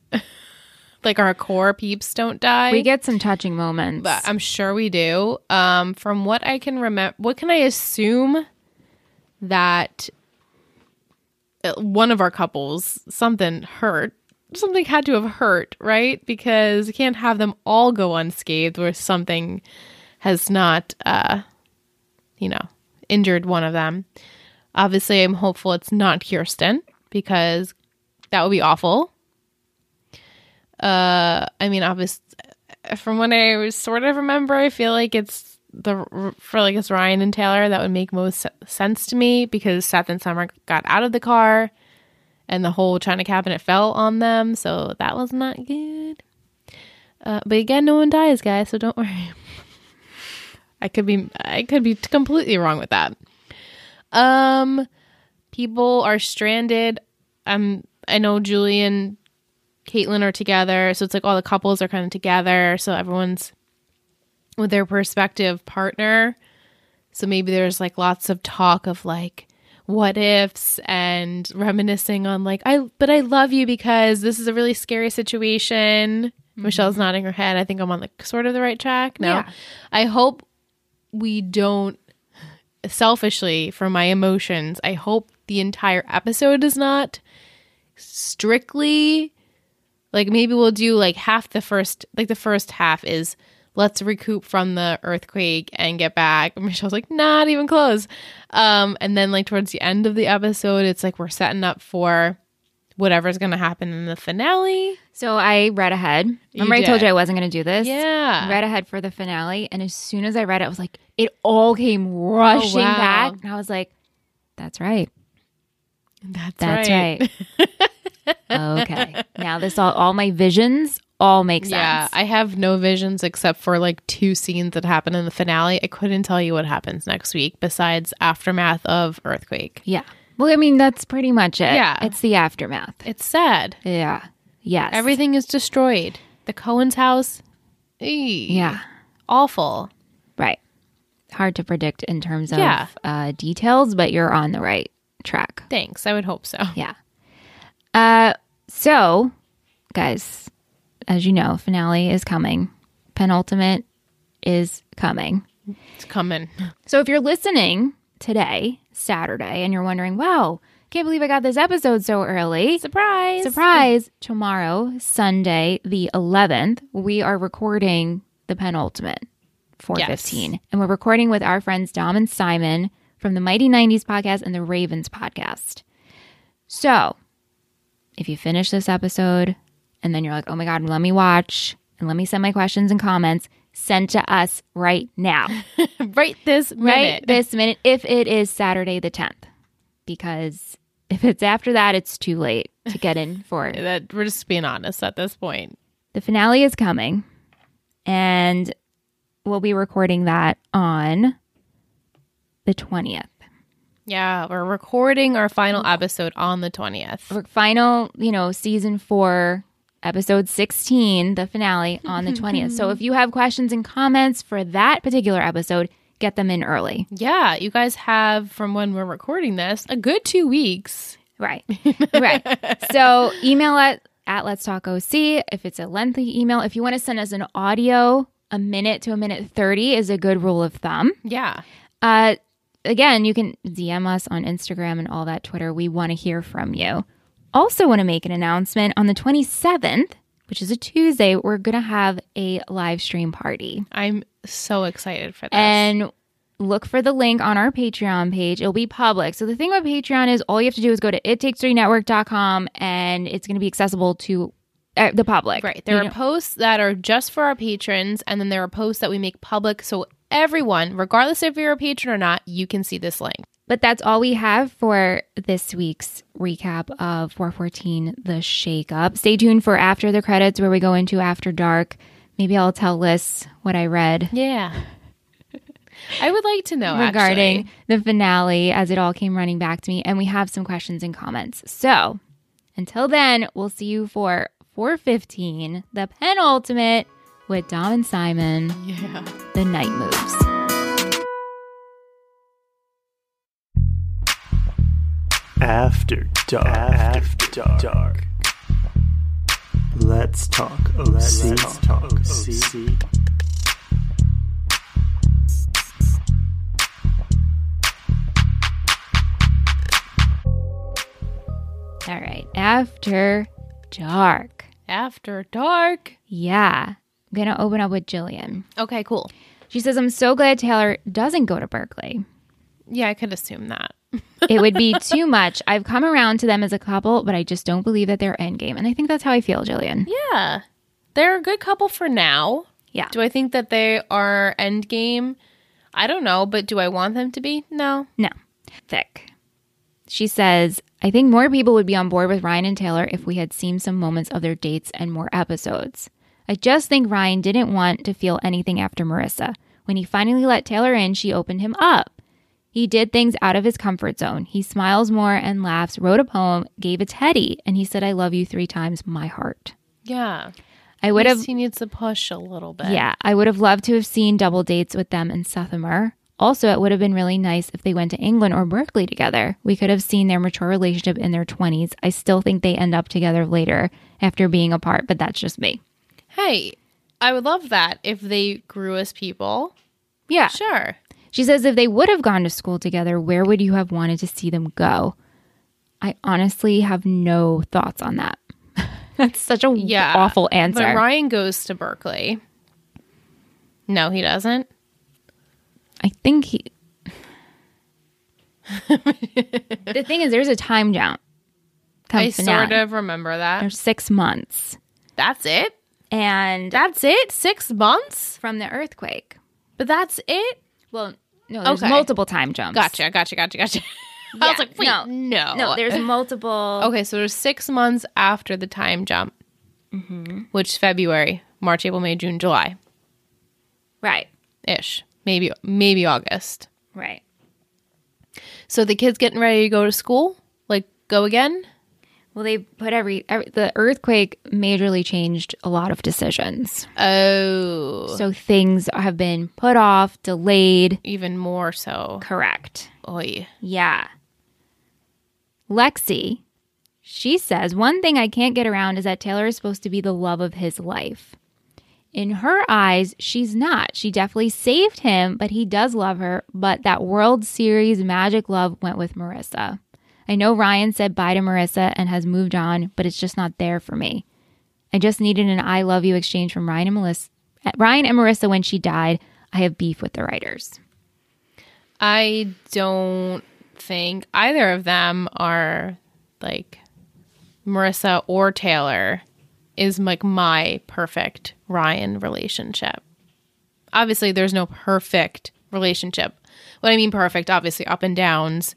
like our core peeps don't die. We get some touching moments. but I'm sure we do. Um, from what I can remember, what can I assume that uh, one of our couples something hurt, something had to have hurt, right? Because you can't have them all go unscathed where something has not, uh, you know, injured one of them. Obviously, I'm hopeful it's not Kirsten because that would be awful. Uh, I mean, obviously, from what I was sort of remember, I feel like it's the for like it's Ryan and Taylor that would make most se- sense to me because Seth and Summer got out of the car and the whole china cabinet fell on them, so that was not good. Uh, but again, no one dies, guys, so don't worry. I could be I could be completely wrong with that. Um people are stranded. Um I know Julie and Caitlin are together, so it's like all the couples are kind of together, so everyone's with their prospective partner. So maybe there's like lots of talk of like what ifs and reminiscing on like I but I love you because this is a really scary situation. Michelle's nodding her head. I think I'm on the sort of the right track. No. I hope we don't selfishly for my emotions. I hope the entire episode is not strictly like maybe we'll do like half the first like the first half is let's recoup from the earthquake and get back. And Michelle's like, not even close. Um, and then like towards the end of the episode, it's like we're setting up for whatever's gonna happen in the finale. So I read ahead. Remember, I told did. you I wasn't going to do this. Yeah. Read ahead for the finale, and as soon as I read it, I was like, it all came rushing Oh, wow. back, and I was like, that's right. That's, That's right. okay. Now this all, all my visions all make sense. Yeah, I have no visions except for like two scenes that happen in the finale. I couldn't tell you what happens next week besides aftermath of earthquake. yeah. Well, I mean, that's pretty much it. Yeah. It's the aftermath. It's sad. Yeah. Yes. Everything is destroyed. The Cohen's house. eey, Yeah. Awful. Right. Hard to predict in terms of Yeah. uh, details, but you're on the right track. Thanks. I would hope so. Yeah. Uh, so, guys, as you know, finale is coming. Penultimate is coming. It's coming. So if you're listening today, Saturday, and you're wondering, wow, can't believe I got this episode so early. Surprise. Surprise! Tomorrow, Sunday, the 11th, we are recording the penultimate, 415. And we're recording with our friends Dom and Simon from the Mighty 90s podcast and the Ravens podcast. So, if you finish this episode and then you're like, oh my God, let me watch and let me send my questions and comments, send to us right now, Right this right minute. this minute, if it is Saturday the 10th. Because if it's after that, it's too late to get in for that we're just being honest at this point. the finale is coming and we'll be recording that on the 20th Yeah, we're recording our final episode on the 20th. for final you know season 4 episode 16 the finale on the 20th so if you have questions and comments for that particular episode get them in early Yeah, you guys have from when we're recording this a good 2 weeks. Right. right. So email at, at let's talk OC if it's a lengthy email. If you want to send us an audio, a minute to a minute 30 is a good rule of thumb. Yeah. Uh, again, you can DM us on Instagram and all that Twitter. We want to hear from you. Also, want to make an announcement on the 27th, which is a Tuesday, we're going to have a live stream party. I'm so excited for this. And look for the link on our Patreon page. It'll be public. So the thing about Patreon is all you have to do is go to ittakes3network.com and it's going to be accessible to uh, the public. right. There are posts that are just for our patrons and then there are posts that we make public so everyone, regardless if you're a patron or not, you can see this link. But that's all we have for this week's recap of 414 The Shake Up. Stay tuned for after the credits where we go into After Dark. Maybe I'll tell Liz what I read Yeah. I would like to know regarding Oh, actually. the finale as it all came running back to me. And we have some questions and comments. So until then, we'll see you for 415, the penultimate with Dom and Simon, Yeah. The Night Moves. After dark. After dark. Let's talk OC. Let's talk OC. All right. After dark. After dark. Yeah. I'm going to open up with Jillian. Okay, cool. She says, I'm so glad Taylor doesn't go to Berkeley. Yeah, I could assume that. It would be too much. I've come around to them as a couple, but I just don't believe that they're endgame. And I think that's how I feel, Jillian. Yeah. They're a good couple for now. Yeah. Do I think that they are endgame? I don't know, but do I want them to be? No. No. Thick. She says, I think more people would be on board with Ryan and Taylor if we had seen some moments of their dates and more episodes. I just think Ryan didn't want to feel anything after Marissa. When he finally let Taylor in, she opened him up. He did things out of his comfort zone. He smiles more and laughs, wrote a poem, gave a teddy, and he said, I love you three times, my heart. Yeah. I would have He needs to push a little bit. yeah, I would have loved to have seen double dates with them in Sethemar. Also, it would have been really nice if they went to England or Berkeley together. We could have seen their mature relationship in their 20s. I still think they end up together later after being apart, but that's just me. Hey, I would love that if they grew as people. Yeah. Sure. She says if they would have gone to school together, where would you have wanted to see them go? I honestly have no thoughts on that. that's such a Yeah. awful answer. But Ryan goes to Berkeley. No, he doesn't. I think he. the thing is, there's a time jump. Come I finale. sort of remember that. There's six months, That's it. and That's it. Six months. from the earthquake. But that's it. Well, no, there's Okay. multiple time jumps. Gotcha. Gotcha. Gotcha. Gotcha. I Yeah, was like, wait, no. no, No, there's multiple. Okay, so there's six months after the time jump, Mm-hmm. which February, March, April, May, June, July Right, ish, maybe maybe August. right. So the kids getting ready to go to school, like go again. Well, they put every, every the earthquake majorly changed a lot of decisions. Oh, So things have been put off, delayed. even more so. Correct. Oy. Yeah. Lexi, she says, one thing I can't get around is that Taylor is supposed to be the love of his life. In her eyes, she's not. She definitely saved him, but he does love her. But that World Series magic love went with Marissa. I know Ryan said bye to Marissa and has moved on, but it's just not there for me. I just needed an I love you exchange from Ryan and Melissa. Ryan and Marissa when she died. I have beef with the writers. I don't think either of them are like Marissa or Taylor is like my perfect Ryan relationship. Obviously, there's no perfect relationship. What I mean perfect, obviously, up and downs,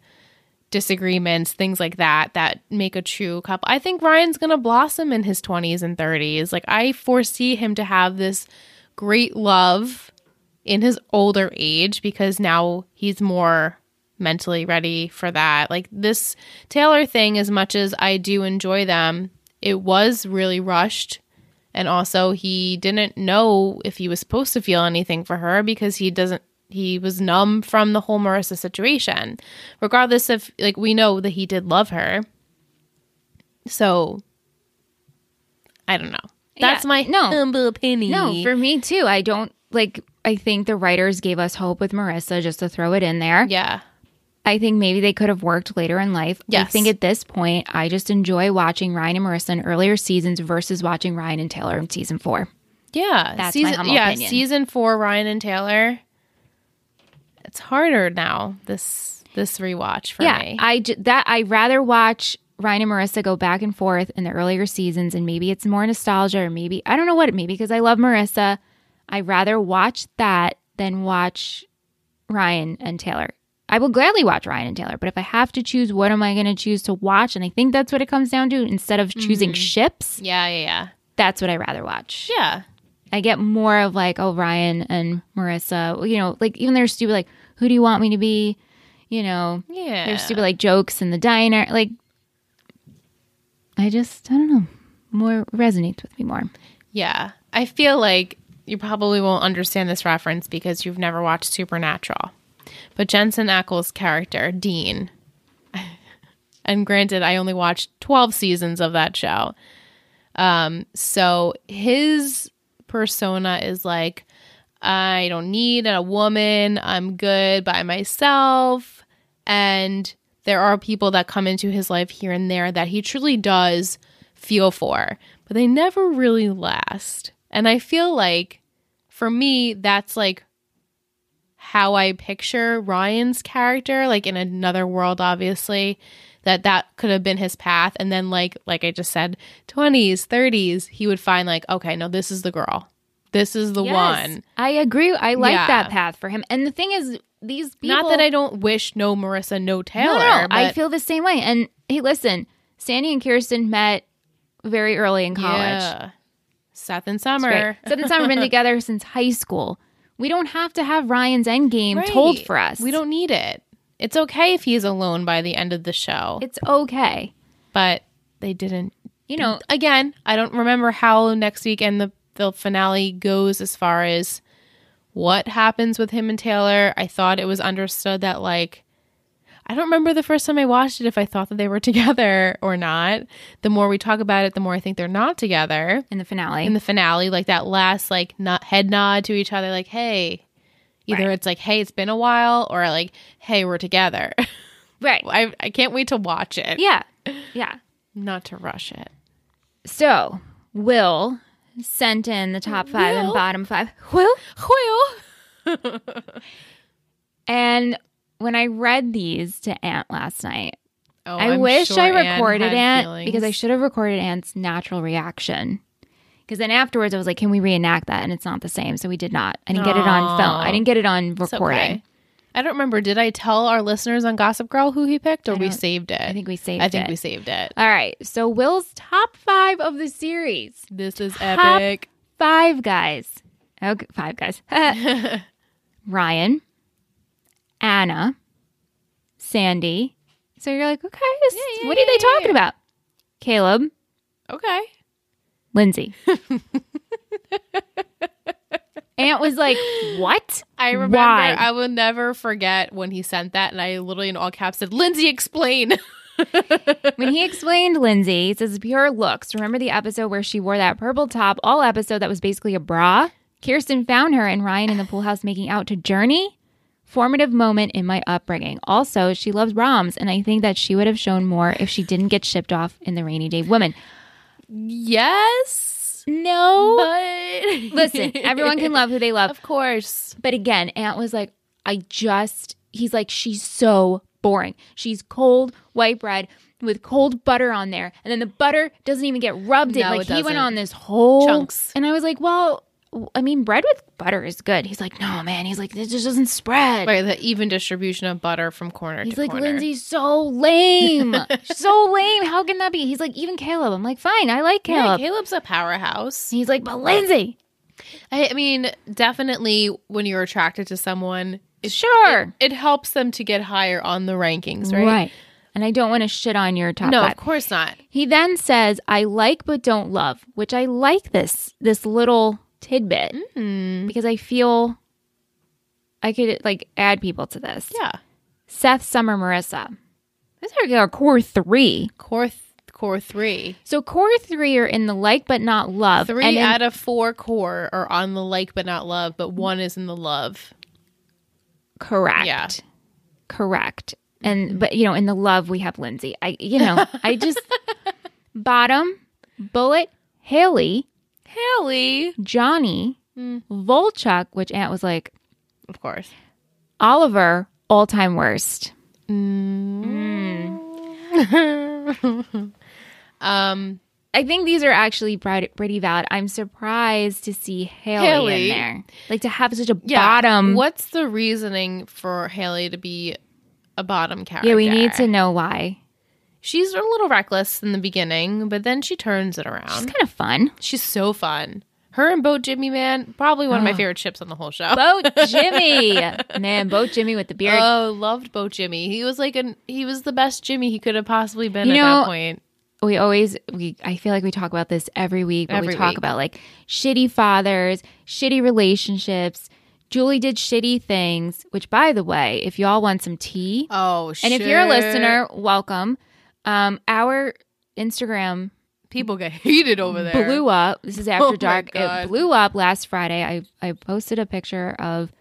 disagreements, things like that that make a true couple. I think Ryan's going to blossom in his 20s and 30s. Like I foresee him to have this great love in his older age because now he's more mentally ready for that. Like this Taylor thing, as much as I do enjoy them, it was really rushed. And also, he didn't know if he was supposed to feel anything for her because he doesn't. He was numb from the whole Marissa situation. Regardless of, like, we know that he did love her. So, I don't know. That's Yeah, my no. humble opinion. No, for me too. I don't like. I think the writers gave us hope with Marissa just to throw it in there. yeah. I think maybe they could have worked later in life. I Yes. think at this point, I just enjoy watching Ryan and Marissa in earlier seasons versus watching Ryan and Taylor in season four. Yeah, That's my season, humble yeah, opinion. season four, Ryan and Taylor. It's harder now. This this rewatch for yeah, me. I j- that I rather watch Ryan and Marissa go back and forth in the earlier seasons, and maybe it's more nostalgia, or maybe I don't know what it maybe because I love Marissa. I rather watch that than watch Ryan and Taylor. I will gladly watch Ryan and Taylor, but if I have to choose, what am I going to choose to watch? And I think that's what it comes down to. Instead of choosing Mm. ships, yeah, yeah, yeah, that's what I rather watch. yeah. I get more of like, oh, Ryan and Marissa, you know, like even they're stupid, like, who do you want me to be? You know, Yeah. there's stupid like jokes in the diner. Like, I just, I don't know, more resonates with me more. Yeah, I feel like you probably won't understand this reference because you've never watched Supernatural. But Jensen Ackles' character, Dean, and granted, I only watched 12 seasons of that show. Um, so his persona is like, I don't need a woman. I'm good by myself. And there are people that come into his life here and there that he truly does feel for, but they never really last. And I feel like for me, that's like how I picture Ryan's character, like in another world, obviously, that that could have been his path. And then, like, like I just said, 20s, 30s, he would find, like, okay, no, this is the girl. This is the Yes. one. I agree. I like Yeah. that path for him. And the thing is, these people. Not that I don't wish no Marissa, no Taylor. No, no, I but- feel the same way. And hey, listen, Sandy and Kirsten met very early in college. Yeah. Seth and Right. Summer. Seth and Summer have been together since high school. We don't have to have Ryan's endgame told Right. for us. We don't need it. It's okay if he's alone by the end of the show, It's okay. but they didn't. You know, Again, I don't remember how next week and the, the finale goes as far as what happens with him and Taylor. I thought it was understood that, like, I don't remember the first time I watched it if I thought that they were together or not. The more we talk about it, the more I think they're not together. in the finale. in the finale, like that last like not head nod to each other, like hey, either it's like hey, it's been a while, or like hey, we're together. right. I I can't wait to watch it. Yeah. Yeah. not to rush it. So, Will sent in the top five and bottom five. Will? And when I read these to Aunt last night, Oh, I I'm wish sure I Anne recorded had Ant feelings. because I should have recorded Ant's natural reaction. Because then afterwards, I was like, "Can we reenact that?" And it's not the same, so we did not. I didn't get it on film. I didn't get it on It's recording. okay. I don't remember. Did I tell our listeners on Gossip Girl who he picked, or we saved it? I think we saved I think it. we saved it. All right. So Will's top five of the series. This is Top epic. Five guys. Okay, five guys. Ryan, Anna, Sandy. So you're like, okay, this- yeah, what are they talking about? Caleb, Okay. Lindsay. Aunt was like, "What?" I remember. Why? I will never forget when he sent that, and I literally in all caps said, "Lindsay, explain." When he explained Lindsay, he says pure looks. Remember the episode where she wore that purple top? All episode that was basically a bra. Kirsten found her and Ryan in the pool house making out to Journey. Formative moment in my upbringing. Also, she loves Roms, and I think that she would have shown more if she didn't get shipped off in the Rainy Day Woman. yes, No, but listen, everyone can love who they love. Of course. But again, Aunt was like, I just, he's like, she's so boring. She's cold white bread with cold butter on there. And then the butter doesn't even get rubbed in. No, Like, it he went doesn't. on this whole. Chunks. And I was like, well, w- I mean, bread with butter is good. He's like, no, man. He's like, this just doesn't spread. Right, the even distribution of butter from corner He's to like, corner. Lindsay's so lame. She's so lame. How can that be? He's like, even Caleb. I'm like, fine. I like Yeah, Caleb. Caleb's a powerhouse. And he's like, but Lindsay. I, I mean, definitely when you're attracted to someone, it, Sure. it helps them to get higher on the rankings, right? And I don't want to shit on your top No, five. of course not. He then says, "I like but don't love," which I like this this little tidbit Mm. because I feel I could like add people to this. Yeah. Seth, Summer, Marissa. These are our core three. Core th- core three. So core three are in the like but not love. Three and then- out of four core are on the like but not love, but one is in the love. correct. Yeah. Correct. And but you know, in the love we have Lindsay. I you know, I just bottom, bullet, Haley, Haley. Mm. Johnny, Volchuk, which Aunt was like, Of course. Oliver, all time worst. Mm. Um I think these are actually pretty, pretty valid. I'm surprised to see Haley, Haley. in there. Like to have such a yeah. bottom. What's the reasoning for Haley to be a bottom character? yeah, we need to know why. She's a little reckless in the beginning, but then she turns it around. It's She's, kind of fun. so fun. Her and Bo Jimmy, man, probably one of my favorite ships on the whole show. Oh. Bo Jimmy. Man, Bo Jimmy with the beard. oh, loved Bo Jimmy. He was like an he was the best Jimmy he could have possibly been You at know, that point. we always we I feel like we talk about this every week, but we Every talk week. about like shitty fathers, shitty relationships. Julie did shitty things, which by the way, if y'all want some tea, Oh, and if you're a listener, welcome. Um our Instagram people get heated over there. Oh blew up. This is after my dark. It God. blew up last Friday. I I posted a picture of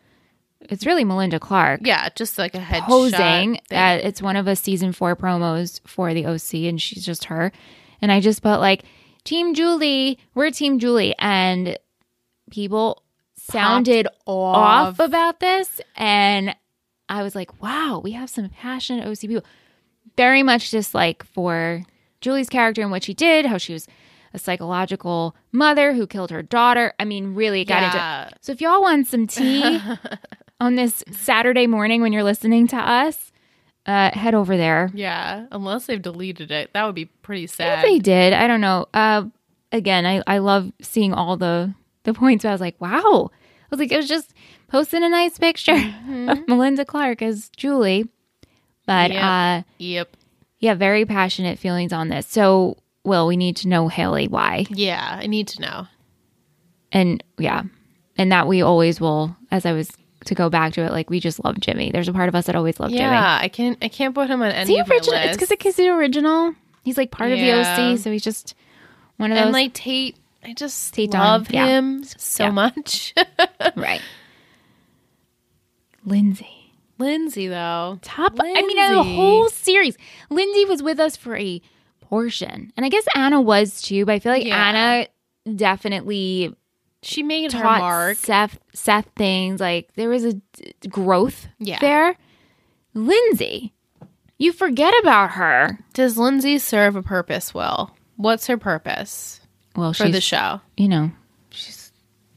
it's really Melinda Clark Yeah, just like a headshot. posing. thing. Uh, it's one of a season four promos for the OC, and she's just her. And I just put like Team Julie. We're Team Julie, and people sounded off. off. about this. And I was like, wow, we have some passionate OC people. Very much dislike for Julie's character and what she did, how she was a psychological mother who killed her daughter. I mean, really it got Yeah. into So if y'all want some tea on this Saturday morning when you're listening to us, uh, head over there. Yeah, unless they've deleted it, that would be pretty If sad. they did, I don't know. Uh, again, I, I love seeing all the the points. Where I was like, wow. I was like, it was just posting a nice picture of Melinda Clark as Julie. But Mm-hmm. Yep. uh, Yep. yeah, very passionate feelings on this. So, Will, we need to know Haley why, Yeah, I need to know. and yeah, and that we always will. As I was to go back to it, like we just love Jimmy. There's a part of us that always loved Jimmy. Yeah, I can't. I can't put him on Is any he of my original? It's lists. because it's the original. He's like part of the Yeah. OC, so he's just one of those. and like Tate, I just Tate Donovan, love yeah. him so Yeah. much. right, Lindsay. Lindsay, though, top. I mean, a Lindsay. whole series. Lindsay was with us for a portion, and I guess Anna was too. But I feel like Yeah. Anna definitely she made her taught mark. Seth Seth things. Like there was a d- growth Yeah. there. Lindsay, you forget about her. Does Lindsay serve a purpose? Will what's her purpose Well, for she's the show? you know she's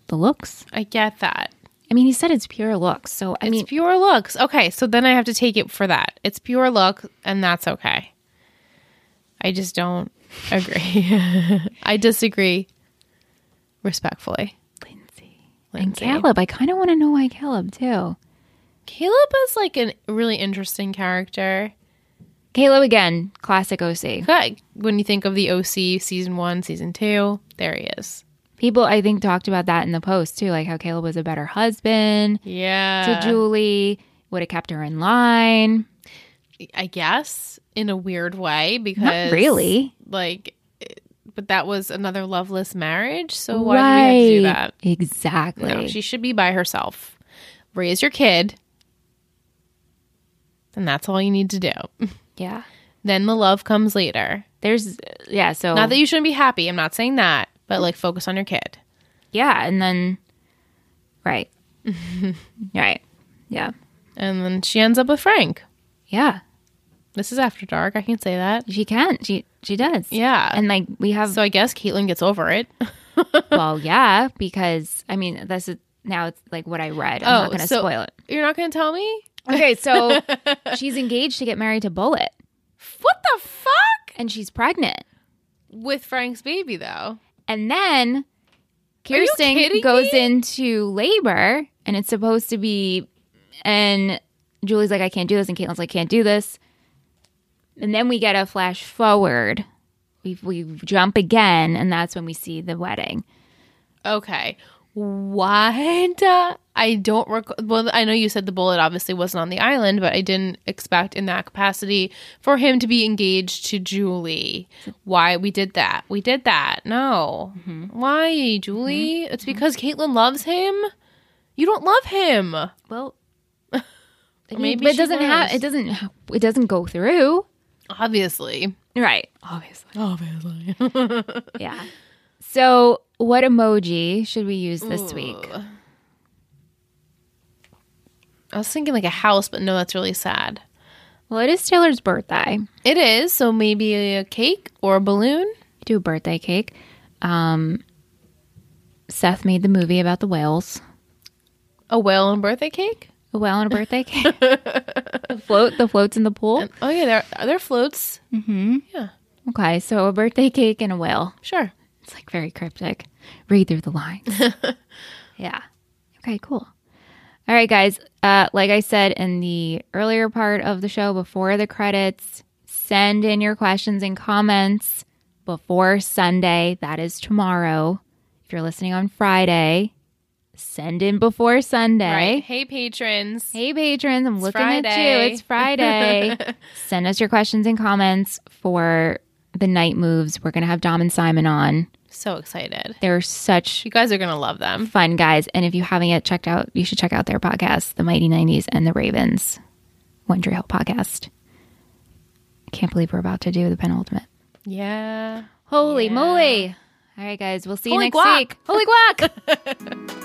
the looks. I get that. I mean, he said it's pure looks. So I It's mean, pure looks. Okay, so then I have to take it for that. It's pure look, and that's okay. I just don't agree. I disagree respectfully. and Lindsay. Caleb. I kind of want to know why Caleb too. Caleb is like a really interesting character. Caleb again, classic OC. Good. When you think of the OC season one, season two, there he is. People, I think, talked about that in the post too, like how Caleb was a better husband Yeah. to Julie, would have kept her in line. I guess in a weird way because Not really. like, it- but that was another loveless marriage. So why do we have to do that? Exactly. No, she should be by herself. Raise your kid. And that's all you need to do. yeah. then the love comes later. There's, yeah. So, Not that you shouldn't be happy. I'm not saying that, but like focus on your kid. yeah. And then, right. right. Yeah. And then she ends up with Frank. Yeah. This is after dark. I can say that. She can. She, she does. Yeah. And like we have, so I guess Caitlyn gets over it. well, yeah, because I mean, this is now it's like what I read. I'm not going to Oh, so spoil it. You're not going to tell me? Okay. So she's engaged to get married to Bullet What the fuck? and she's pregnant. With Frank's baby though. And then you Kirsten kidding goes me? into labor and it's supposed to be and Julie's like, I can't do this, and Caitlin's like, can't do this. And then we get a flash forward. We we jump again, and that's when we see the wedding. Okay. What? Uh, I don't recall. Well, I know you said the bullet obviously wasn't on the island, but I didn't expect in that capacity for him to be engaged to Julie. Why we did that? We did that. No. Why, Julie? It's because Caitlin loves him. You don't love him. Well, maybe but it she doesn't have does. it doesn't it doesn't go through. Obviously. Right. Obviously. Obviously. Yeah. So what emoji should we use this week? I was thinking like a house, but no, that's really sad. Well, it is Taylor's birthday. It is, so maybe a cake or a balloon. do a birthday cake. Um, Seth made the movie about the whales. A whale and birthday cake? A whale on a birthday cake. the float, the floats in the pool. Oh yeah, there are there floats. Okay, so a birthday cake and a whale. Sure. It's like very cryptic. Read through the lines. yeah. Okay, cool. All right, guys. Uh, like I said in the earlier part of the show, before the credits, send in your questions and comments before Sunday. That is tomorrow. If you're listening on Friday, send in before Sunday. Right. Hey patrons. Hey, patrons, I'm looking at Friday. you. It's Friday. Send us your questions and comments for the night moves. We're going to have Dom and Simon on. So excited. They're such You guys are gonna love them. fun guys. And if you haven't yet checked out, you should check out their podcast, The Mighty 90s and The Ravens, One Tree Hill podcast. I can't believe we're about to do the penultimate. Yeah. Holy moly. All right, guys, we'll see you Holy next guac. week. Holy guac.